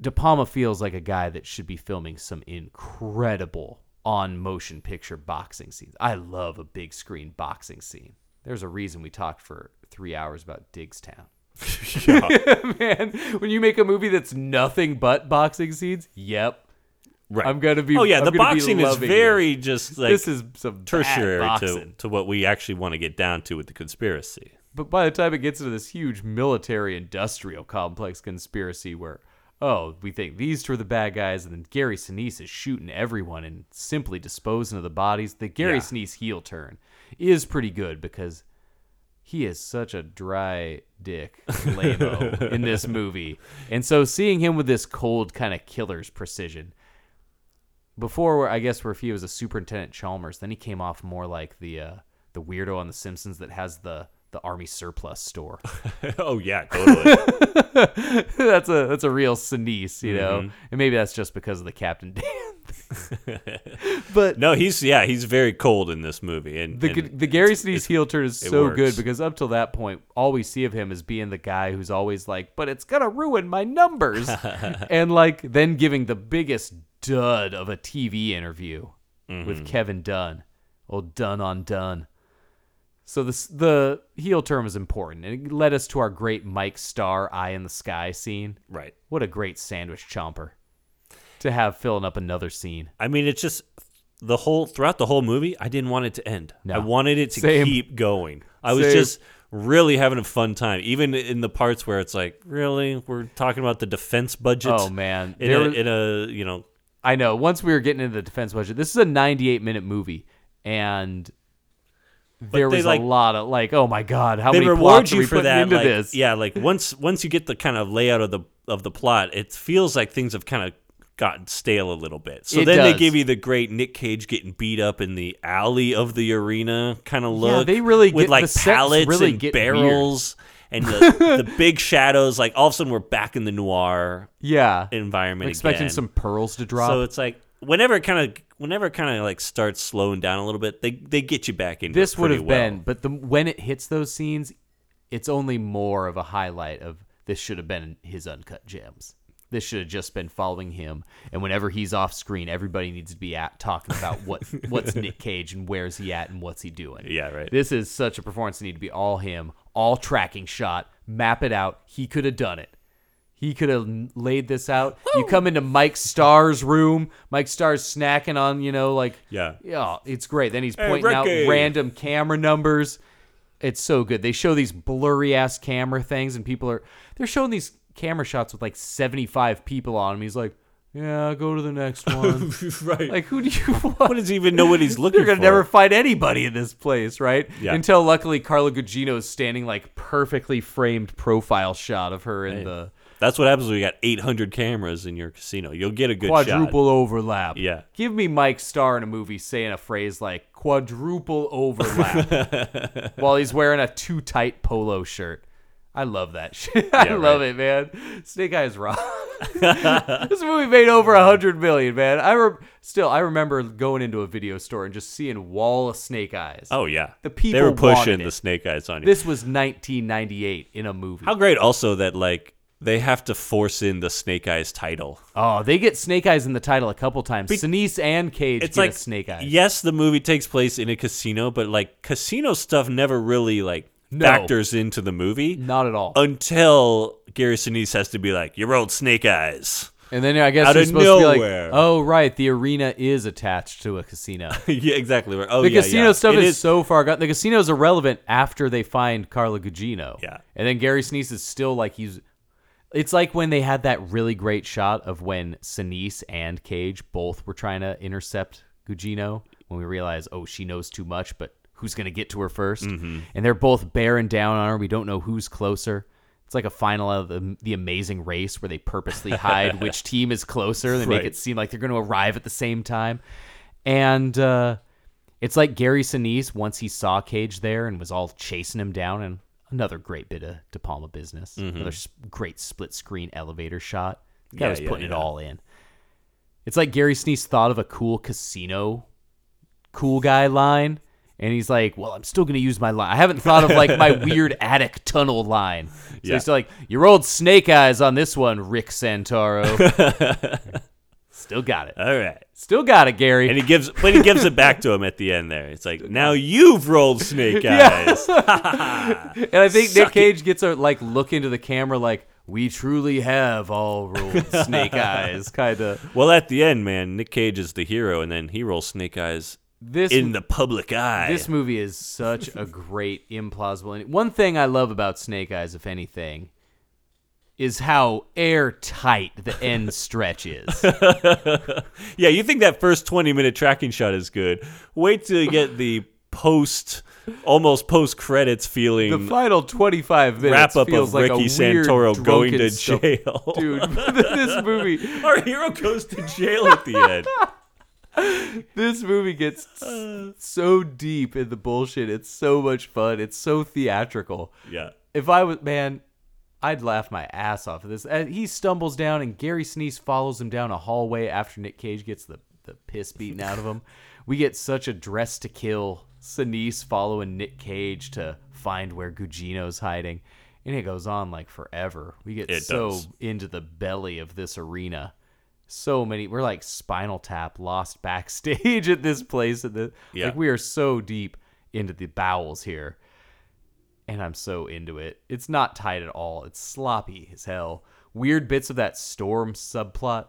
De Palma feels like a guy that should be filming some incredible on motion picture boxing scenes. I love a big screen boxing scene. There's a reason we talked for three hours about *laughs* Digstown. *laughs* Man, when you make a movie that's nothing but boxing scenes, yep. Right. I'm gonna be- Oh yeah, I'm the gonna be boxing is loving very just like this is some bad tertiary to, boxing. to what we actually want to get down to with the conspiracy. *laughs* But by the time it gets into this huge military industrial complex conspiracy where, oh, we think these two are the bad guys, and then Gary Sinise is shooting everyone and simply disposing of the bodies, the Gary Yeah. Sinise heel turn is pretty good because he is such a dry dick lamo in *laughs* this movie. And so seeing him with this cold kind of killer's precision. Before I guess where if he was a superintendent Chalmers, then he came off more like the uh, the weirdo on The Simpsons that has the the army surplus store. *laughs* oh yeah, totally. that's a that's a real Sinise, you know. And maybe that's just because of the Captain Dan. *laughs* but no, he's yeah, he's very cold in this movie, and the, and the Gary Sinise heel turn is it so works. good because up till that point, all we see of him is being the guy who's always like, "But it's gonna ruin *laughs* my numbers," and like then giving the biggest dud of a TV interview Mm-hmm. with Kevin Dunn, old Dunn on Dunn. So this the heel turn is important, and it led us to our great Mike Starr "Eye in the Sky" scene. right. What a great sandwich chomper to have filling up another scene. I mean, it's just the whole throughout the whole movie. I didn't want it to end. No. I wanted it to Same. keep going. I was Same. just really having a fun time, even in the parts where it's like, really, we're talking about the defense budget. Oh, man. in, There a, was- in a you know, I know. Once we were getting into the defense budget, this is a 98 minute movie, and there they, was like- a lot of like, oh my god, how they many reward plots are you we for putting that. into like, this? Yeah, like once once you get the kind of layout of the of the plot, it feels like things have kind of gotten stale a little bit. So It then they does. give you the great Nick Cage getting beat up in the alley of the arena kind of look. they really with get- like the sets pallets really and get barrels. and *laughs* the, the big shadows. Like all of a sudden, we're back in the noir Yeah. environment. I'm expecting again. some pearls to drop. So it's like whenever it kind of whenever it kind of like starts slowing down a little bit, they they get you back into this it would pretty have well. been, but the when it hits those scenes, it's only more of a highlight of this should have been his uncut gems. This should have just been following him. And whenever he's off screen, everybody needs to be at talking about *laughs* what what's Nick Cage and where's he at and what's he doing. Yeah, right. This is such a performance that need to be all him, all tracking shot, map it out. He could have done it. He could have laid this out. You come into Mike Starr's room. Mike Starr's snacking on, you know, like Yeah. yeah, it's great. Then he's pointing out Ricky. random camera numbers. It's so good. They show these blurry ass camera things, and people are they're showing these camera shots with like seventy five people on him. He's like, yeah, go to *laughs* the next one. *laughs* right. like, who do you want? does he even know what *laughs* he's looking You're gonna for? never find anybody in this place, right? Yeah. Until luckily, Carla Gugino is standing like perfectly framed profile shot of her in the That's what happens when you got 800 cameras in your casino. You'll get a good quadruple overlap. Yeah. Give me Mike Starr in a movie saying a phrase like quadruple overlap *laughs* while he's wearing a too tight polo shirt. I love that *laughs* shit. I Yeah, love right. it, man. Snake Eyes Rock. *laughs* this movie made over a hundred million, man. I re- still I remember going into a video store and just seeing a wall of Snake Eyes. shot. Oh yeah. The people they were pushing wanted the it. snake eyes on you. This was 1998 in a movie. How great also that like they have to force in the snake eyes title. oh, they get Snake Eyes in the title a couple times. Sinise and Cage It's get like a Snake Eyes. Yes, the movie takes place in a casino, but like casino stuff never really like No. factors into the movie Not at all. until Gary Sinise has to be like, "Your old snake eyes." *laughs* And then I guess Out you're of supposed to be nowhere. like, oh right, the arena is attached to a casino. yeah, exactly. Right. Oh, The yeah, casino yeah. stuff It is so far gone. The casino is irrelevant after they find Carla Gugino. Yeah. and then Gary Sinise is still like he's. It's like when they had that really great shot of when Sinise and Cage both were trying to intercept Gugino. When we realize, oh, she knows too much, but who's gonna get to her 1st Mm-hmm. And they're both bearing down on her. We don't know who's closer. It's like a final of the, the Amazing Race where they *laughs* purposely hide which team is closer. They make Right. it seem like they're going to arrive at the same time, and uh, it's like Gary Sinise once he saw Cage there and was all chasing him down, and another great bit of De Palma business, another s- great split screen elevator shot. The guy Mm-hmm. Yeah, was yeah, putting it yeah. all in. It's like Gary Sinise thought of a cool casino, cool guy line, and he's like, "Well, I'm still gonna use my line. I haven't thought of *laughs* like my weird attic tunnel line." So Yeah. he's still like, "Your old snake eyes on this one, Rick Santoro." *laughs* still got it. All right. Still got it, Gary. And he gives, but he gives it back to him at the end. There, it's *laughs* like now you've rolled snake eyes. And I think Suck Nick Cage gets a like look into the camera like we truly have *laughs* all rolled snake eyes kind of well, at the end, man, Nick Cage is the hero, and then he rolls snake eyes this in the public eye. this movie is such a great implausible and one thing I love about Snake Eyes if anything is how airtight *laughs* the end stretch is. yeah, you think that first twenty minute tracking shot is good? Wait till you get the post, almost post credits The feeling. final 25 minutes Wrap up feels of like a Ricky weird Santoro going drunken to stuff- jail. Dude, *laughs* this movie Our hero goes to jail at the *laughs* end. this *laughs* movie gets s- so deep in the bullshit. It's so much fun. It's so theatrical. Yeah. If I was man, I'd laugh my ass off at this. And he stumbles down, and Gary Sinise follows him down a hallway after Nick Cage gets the the piss beaten *laughs* out of him. We get such a dress to kill. Sinise following Nick Cage to find where Gugino's hiding. And it goes on like forever. We get It so does. into the belly of this arena so many we're like spinal tap lost backstage *laughs* at this place at the Yeah. like we are so deep into the bowels here and i'm so into it it's not tight at all it's sloppy as hell weird bits of that storm subplot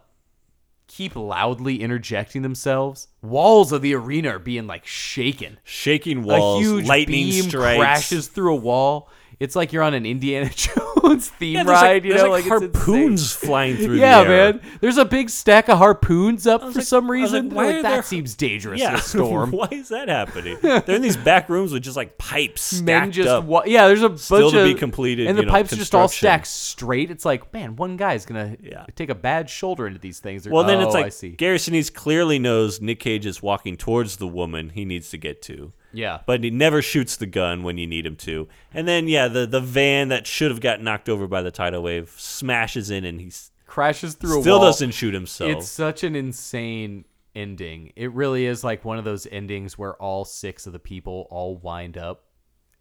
keep loudly interjecting themselves walls of the arena are being like shaken Shaking walls, a huge lightning beam strikes, crashes through a wall it's like you're on an indiana *laughs* jones theme Yeah, there's ride like, you there's know like, like, it's insane harpoons flying through yeah, the air. man. There's a big stack of harpoons up for like- some I was like, reason. why Like, are that there- seems dangerous in *laughs* Yeah, a storm. Why is that happening? They're in these back rooms with just like pipes Men stacked just up. wa- yeah. There's a Still bunch to of be completed, and the you know, pipes are just all construction. stacked straight. It's like, man, one guy's gonna Yeah. take a bad shoulder into these things. They're- well, then it's oh, I like see. Gary Sinise clearly knows Nick Cage is walking towards the woman he needs to get to. Yeah. but he never shoots the gun when you need him to. And then yeah, the the van that should have got knocked over by the tidal wave smashes in, and he s- crashes through a still wall. doesn't shoot himself. It's such an insane ending. It really is like one of those endings where all six of the people all wind up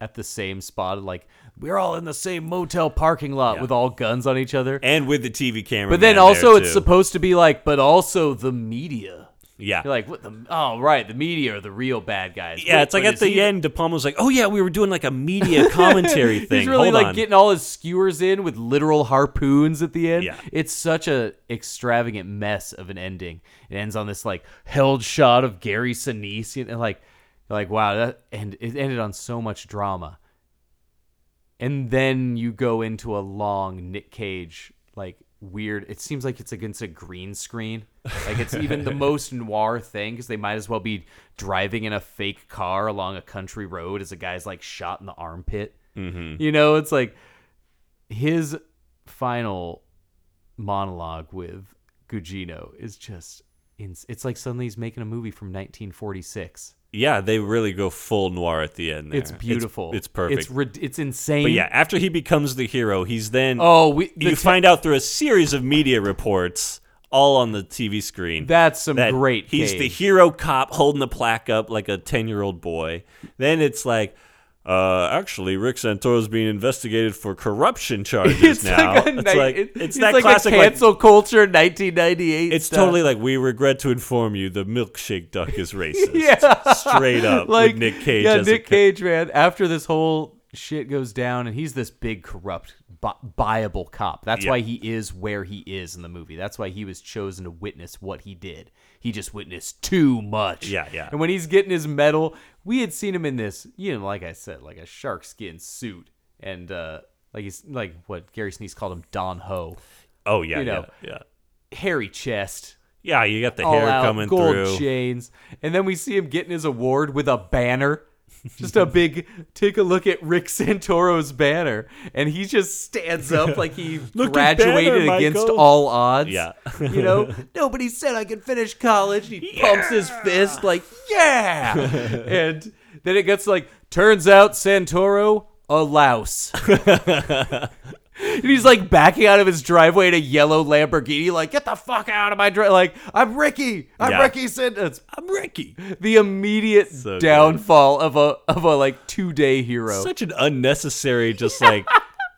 at the same spot. Like we're all in the same motel parking lot with all guns on each other. and with the TV camera, but then also, it's supposed to be like, but also the media. yeah. You're like, what the? Oh, right, the media are the real bad guys. yeah, Wait, it's like but at is the he- end, De Palma's like, "Oh yeah, we were doing like a *laughs* media commentary thing." He's really Hold like on. getting all his skewers in with literal harpoons at the end. Yeah. It's such a extravagant mess of an ending. It ends on this like held shot of Gary Sinise and and, like like wow, that and it ended on so much drama. And then you go into a long Nick Cage like weird it seems like it's against a green screen like it's *laughs* even the most noir thing because they might as well be driving in a fake car along a country road as a guy's like shot in the armpit Mm-hmm. you know, it's like his final monologue with Gugino is just. Ins- it's like suddenly he's making a movie from 1946. yeah, they really go full noir at the end. There. It's beautiful. It's, perfect. It's rid it's insane. but yeah, after he becomes the hero, he's then Oh, we you find out through a series of media reports all on the TV screen. that's some that great. He's the cage. hero cop holding the plaque up like a ten year old boy. Then it's like, uh, actually, Rick Santoro's being investigated for corruption charges *laughs* It's now. like a it's night- like it- it's, that like classic a like, cancel culture 1998. It's stuff. totally like we regret to inform you the milkshake duck *laughs* is racist. Yeah. straight up like with Nick Cage. Yeah, as a Nick ca- Cage, man. After this whole shit goes down, and he's this big corrupt, bu- buyable cop. That's Yeah. why he is where he is in the movie. That's why he was chosen to witness what he did. He just witnessed too much. Yeah, yeah. And when he's getting his medal, we had seen him in this, you know, like I said, like a shark skin suit, and uh like he's like what Gary Sinise called him Don Ho, Oh yeah, you know. yeah, yeah. hairy chest. Yeah, you got the all hair out, coming gold through. chains, and then we see him getting his award with a *laughs* banner. Just a big take a look at Rick Santoro's banner, and he just stands up like he *laughs* Look at graduated banner, against Michael. all odds. Yeah. *laughs* you know, nobody said I could finish college. And he pumps his fist like, *laughs* yeah, and then it gets like, turns out Santoro a louse. And *laughs* he's like backing out of his driveway in a yellow Lamborghini, like, get the fuck out of my drive. Like, I'm Ricky. I'm Yeah. Ricky Sentence. I'm Ricky. The immediate So good. downfall of a of a like two day hero. Such an unnecessary, just *laughs* like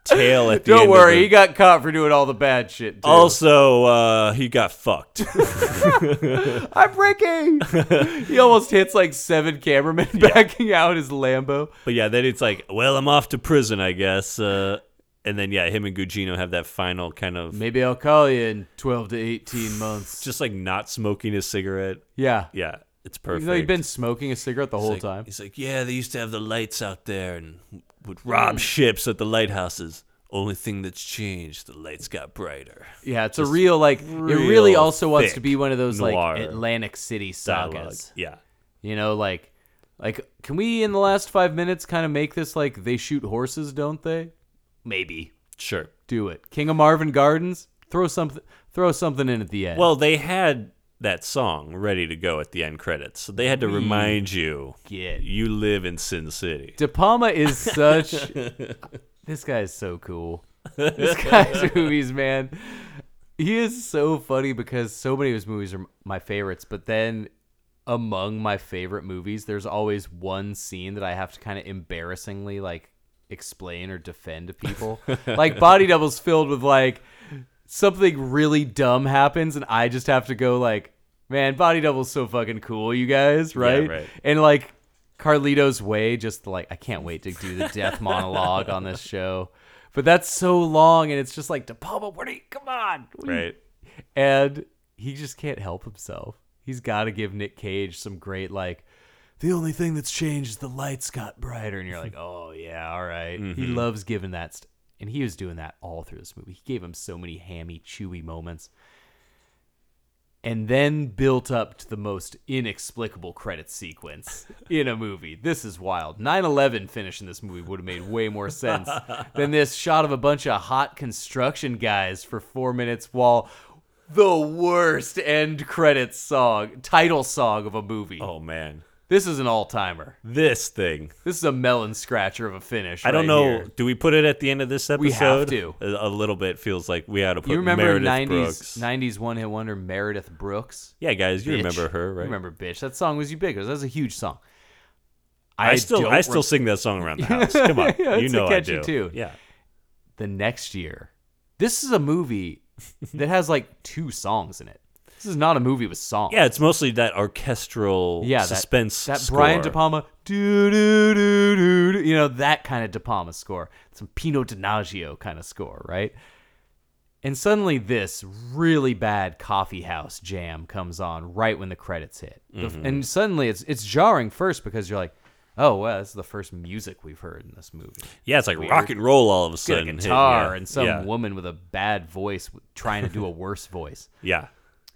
tail at the Don't end. of worry, the- he got caught for doing all the bad shit. Too. also, uh, he got fucked. *laughs* *laughs* I'm Ricky. he almost hits like seven cameramen backing out his Lambo. but yeah, then it's like, well, I'm off to prison, I guess. Uh, and then yeah, him and Gugino have that final kind of Maybe I'll call you in twelve to eighteen months. just like not smoking a cigarette. yeah. Yeah, it's Even perfect. though he'd been smoking a cigarette the whole He's like- time. He's like, yeah, they used to have the lights out there and would Mm. rob ships at the lighthouses. Only thing that's changed, the lights got brighter. Yeah, it's a real like it really real also wants to thick be one of those noir like Atlantic City sagas. Dialogue. Yeah. You know, like like can we in the last five minutes kind of make this like they shoot horses, don't they? Maybe. Sure. Do it. King of Marvin Gardens, throw something throw something in at the end. Well, they had that song ready to go at the end credits, so they had to remind you get- you live in Sin City. De *laughs* Palma is such this guy is so cool. This *laughs* guy's movies, man. He is so funny because so many of his movies are my favorites, but then among my favorite movies, there's always one scene that I have to kind of embarrassingly like explain or defend to people. like Body Double's filled with like something really dumb happens and I just have to go like, man, Body Double's so fucking cool, you guys, right? right. And like Carlito's way, just like I can't wait to do the death monologue on this show. But that's so long and it's just like De Palma, what are you come on. what are you Right. and he just can't help himself. He's got to give Nick Cage some great like. The only thing that's changed is the lights got brighter, and you're like, oh yeah, all right." He loves giving that, st- and he was doing that all through this movie. He gave him so many hammy, chewy moments, and then built up to the most inexplicable credit sequence in a movie. This is wild. 9/11 finish in this movie would have made way more sense than this shot of a bunch of hot construction guys for four minutes while the worst end credits song, title song of a movie. Oh man. This is an all timer. This thing. This is a melon scratcher of a finish. I don't right know. here. Do we put it at the end of this episode? We have to. A, a little bit feels like we ought to put You remember Meredith nineties Brooks. nineties one hit wonder Meredith Brooks? yeah, guys, you Bitch. remember her, right? You remember bitch. That song was ubiquitous. That was a huge song. I, still don't I still rem- sing that song *laughs* around the house. Come on, Yeah, you it's a know catchy I do. tune. Yeah, the next year. This is *laughs* a movie that has like two songs in it. This is not a movie with songs. yeah, it's mostly that orchestral yeah, that- suspense. That, score. Brian De Palma, doo doo doo doo, doo, you know that kind of De Palma score, some Pino Donaggio kind of score, right? And suddenly, this really bad coffee house jam comes on right when the credits hit, The- Mm-hmm. and suddenly it's it's jarring first because you're like, oh well, this is the first music we've heard in this movie. Yeah, it's like rock and roll all of a It's got a sudden. hit, guitar yeah. and some yeah. woman with a bad voice trying to do a worse voice. Yeah,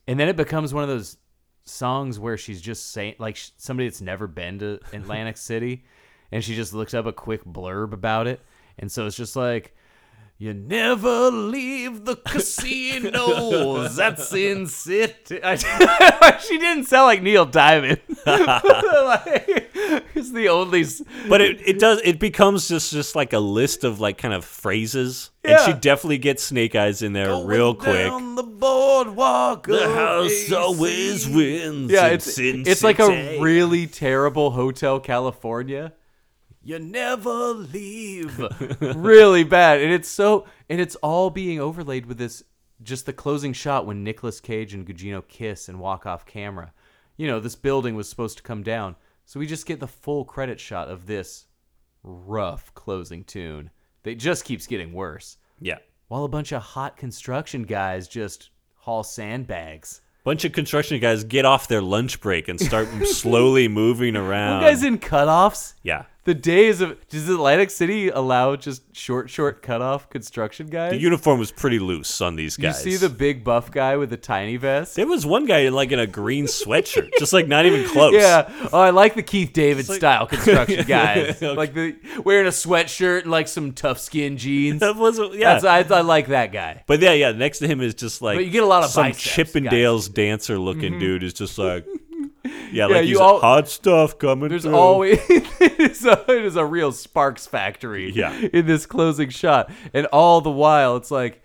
And then it becomes one of those songs where she's just saying, like sh- somebody that's never been to *laughs* Atlantic City, and she just looks up a quick blurb about it. And so it's just like, you never leave *laughs* the casinos. That's in city. *laughs* I- she didn't sound like Neil Diamond. *laughs* like, it's the only. s- but it, it does it becomes just just like a list of like kind of phrases, Yeah. and she definitely gets Snake Eyes in there real quick. Down the boardwalk. The of house AC. always wins. Yeah, in it's Sin it's like a City. really terrible Hotel California. You never leave. really bad, and it's so and it's all being overlaid with this just the closing shot when Nicolas Cage and Gugino kiss and walk off camera. You know, this building was supposed to come down, so we just get the full credit shot of this rough closing tune that just keeps getting worse. yeah. While a bunch of hot construction guys just haul sandbags. Bunch of construction guys get off their lunch break and *laughs* start slowly moving You around. guys in cutoffs? yeah. The days of does Atlantic City allow just short, short cutoff construction guys? The uniform was pretty loose on these you guys. see the big buff guy with the tiny vest? There was one guy in like in a green sweatshirt, just like not *laughs* even close. Yeah. Oh, I like the Keith David like- *laughs* style construction guys, Okay. like the wearing a sweatshirt and like some tough skin jeans. That was yeah. That's, I, I like that guy. but yeah, yeah. Next to him is just like But you get a lot of some biceps, Mm-hmm. Chippendales dancer looking dude is *laughs* just like yeah, like you he's all- hot stuff coming. There's through. always *laughs* it is, a, it is a real sparks factory Yeah. in this closing shot, and all the while it's like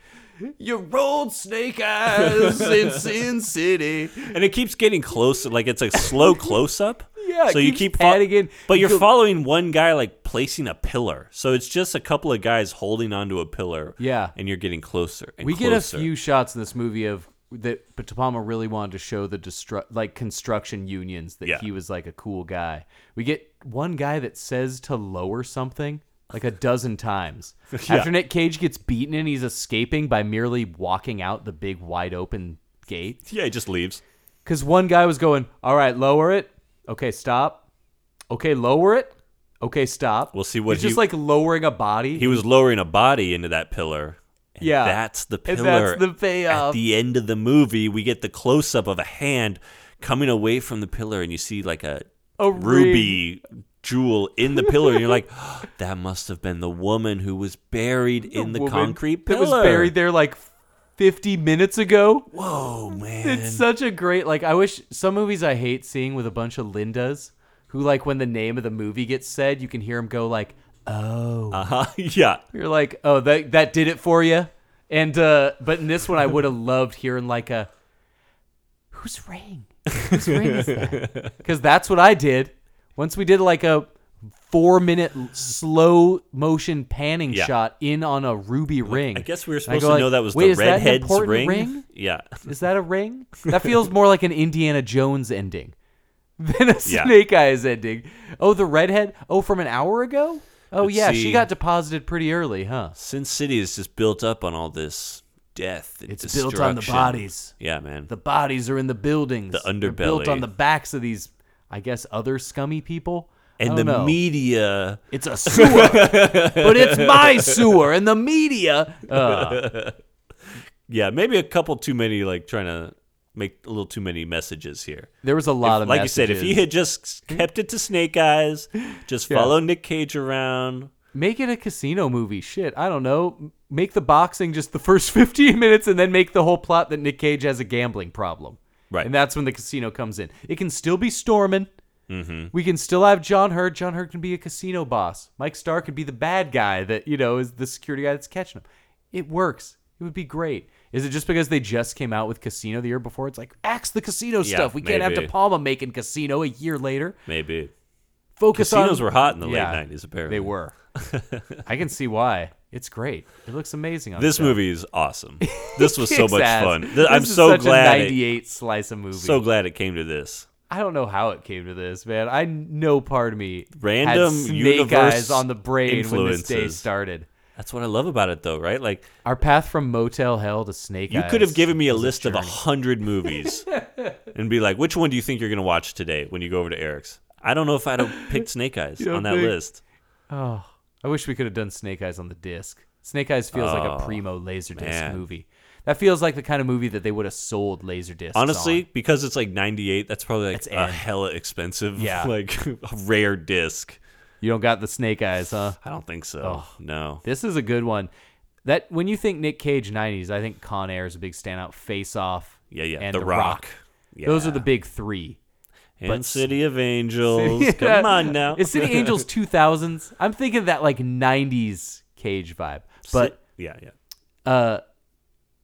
you rolled snake eyes in Sin City. and it keeps getting closer. Like it's a *laughs* slow close up. Yeah, it So you keeps keep padding in. but You you're go- following one guy like placing a pillar. So it's just a couple of guys holding onto a pillar. Yeah. and you're getting closer. And we closer. get a few shots in this movie of that but De Palma really wanted to show the destru- like construction unions that Yeah. he was like a cool guy. We get one guy that says to lower something like a *laughs* dozen times. After Nick Cage gets beaten and he's escaping by merely walking out the big wide open gate. Yeah, he just leaves. Because one guy was going, all right, lower it. Okay, stop. Okay, lower it. Okay, stop. We'll see what He's just he- like lowering a body. He was lowering a body into that pillar. And Yeah. That's the And pillar. that's the payoff. At the end of the movie, we get the close up of a hand coming away from the pillar, and you see like a, A ruby jewel in the pillar. And you're *laughs* like, "Oh, that must have been the woman who was buried in the woman concrete that pillar. was buried there like 50 minutes ago. Whoa, man. It's such a great like I wish some movies I hate seeing with a bunch of Lindas who like when the name of the movie gets said, you can hear them go like, "Oh." *laughs* uh-huh. Yeah. You're like, "Oh, that that did it for you." And uh but in this one I would have loved hearing like a whose ring? Whose ring *laughs* is that? Cuz that's what I did. Once we did like a 4 minute slow motion panning Yeah. shot in on a ruby ring. I guess we were And I supposed go to like, know that was "Wait, the is that an redhead's important ring. ring? Yeah. Is that a ring? That feels more like an Indiana Jones ending *laughs* than a Yeah. Snake Eyes ending. Oh, the redhead? Oh, from an hour ago? Oh, But yeah, she see- got deposited pretty early, huh? Sin City is just built up on all this death and It's built on the destruction. bodies. Yeah, man. The bodies are in the buildings. The They're built underbelly. on the backs of these, I guess, other scummy people. I and the don't know. media It's a *laughs* sewer, but it's my sewer, and the media. Uh, yeah maybe a couple too many like trying to make a little too many messages here there was a lot of like you said if he messages. had just kept it to snake eyes just Yeah. follow nick cage around Make it a casino movie. Shit, I don't know. Make the boxing just the first *laughs* 15 minutes and then make the whole plot that Nick Cage has a gambling problem. Right. And that's when the casino comes in. It can still be storming. Mm-hmm. We can still have John Hurt. John Hurt can be a casino boss. Mike Starr could be the bad guy that, you know, is the security guy that's catching him. It works. It would be great. Is it just because they just came out with Casino the year before? It's like, axe the casino Yeah, stuff. We can't have maybe. De Palma making Casino a year later. *laughs* Maybe. Focus on. Casinos were hot in the late Yeah, 90s, apparently. They were. *laughs* I can see why. It's great. It looks amazing on This film. movie is *laughs* awesome. This was so Kicks much ass. fun. Th- This I'm is so such glad. A It, '98 slice of movie. so glad it came to this. I don't know how it came to this, man. I know part of me Random had snake universe eyes on the brain when this day influences. started. That's what I love about it, though, right? Like Our path from motel hell to snake. you could have Eyes given me a was list of a journey. hundred *laughs* movies and be like, "Which one do you think you're going to watch today?" When you go over to Eric's, I don't know if I'd have *laughs* picked Snake Eyes don't on that think- list. Oh, I wish we could have done Snake Eyes on the disc. Snake Eyes feels like a Oh, primo laserdisc man. movie. That feels like the kind of movie that they would have sold laserdiscs. Honestly, on. because it's like 98, that's probably like That's a it. hella expensive, Yeah. *laughs* like rare disc. you don't got the Snake Eyes, huh? I don't think so. No. This is a good one. That when you think Nick Cage '90s, I think Con Air is a big standout. Face Off, Yeah, yeah. and the, Rock. Yeah. Those are the big three. And but- City of Angels. *laughs* Yeah. Come on now. Is *laughs* City Angels 2000s? I'm thinking that like 90s Cage vibe. But yeah, yeah. uh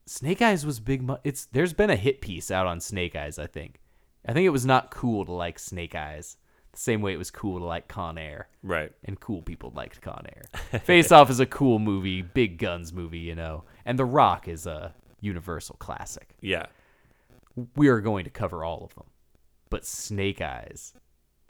Snake Eyes was big mo- it's there's been a hit piece out on Snake Eyes, I think. I think it was not cool to like Snake Eyes the same way it was cool to like Con Air. Right. And cool people liked Con *laughs* Air. Face Off is a cool movie, big guns movie, you know. And The Rock is a universal classic Yeah. we are going to cover all of them. But Snake Eyes,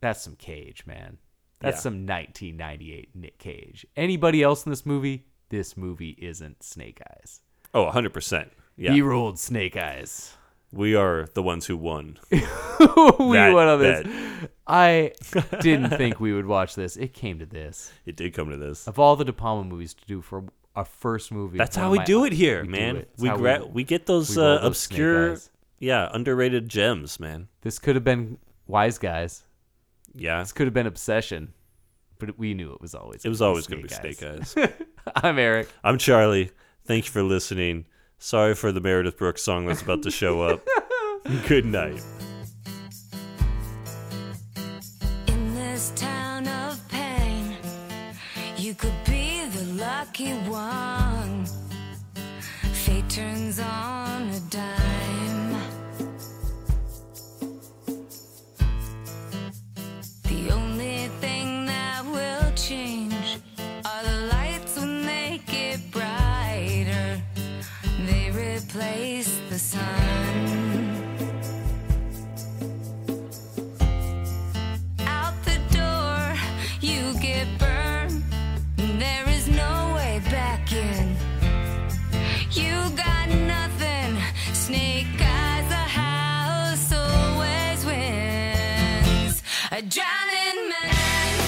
that's some Cage, man. That's Yeah. some 1998 Nick Cage. Anybody else in this movie? This movie isn't Snake Eyes. Oh, 100%. Yeah. He ruled Snake Eyes. *laughs* we are the ones who won. *laughs* we That- went on this. that- I didn't think we would watch this. It came to this. It did come to *laughs* this. Of all the De Palma movies to do for our first movie, That's one how of we my- do it here, we do man. it. It's We, how gra- we get those, we uh, roll those Snake obscure, Eyes. yeah, underrated gems, man. This could have been Wise Guys. Yeah. This could have been Obsession, but we knew it was always. It was gonna always going to be Snake Eyes. *laughs* I'm Eric. I'm Charlie. Thank you for listening. Sorry for the Meredith Brooks song that's about to show up. Good night. In this town of pain, you could be the lucky one. Fate turns on a dime. The only thing that will change are the lights when they get brighter. They replace the sun. out the door, you get burned. There is no way back in. You got nothing. Snake eyes, a house always wins. A drowning man.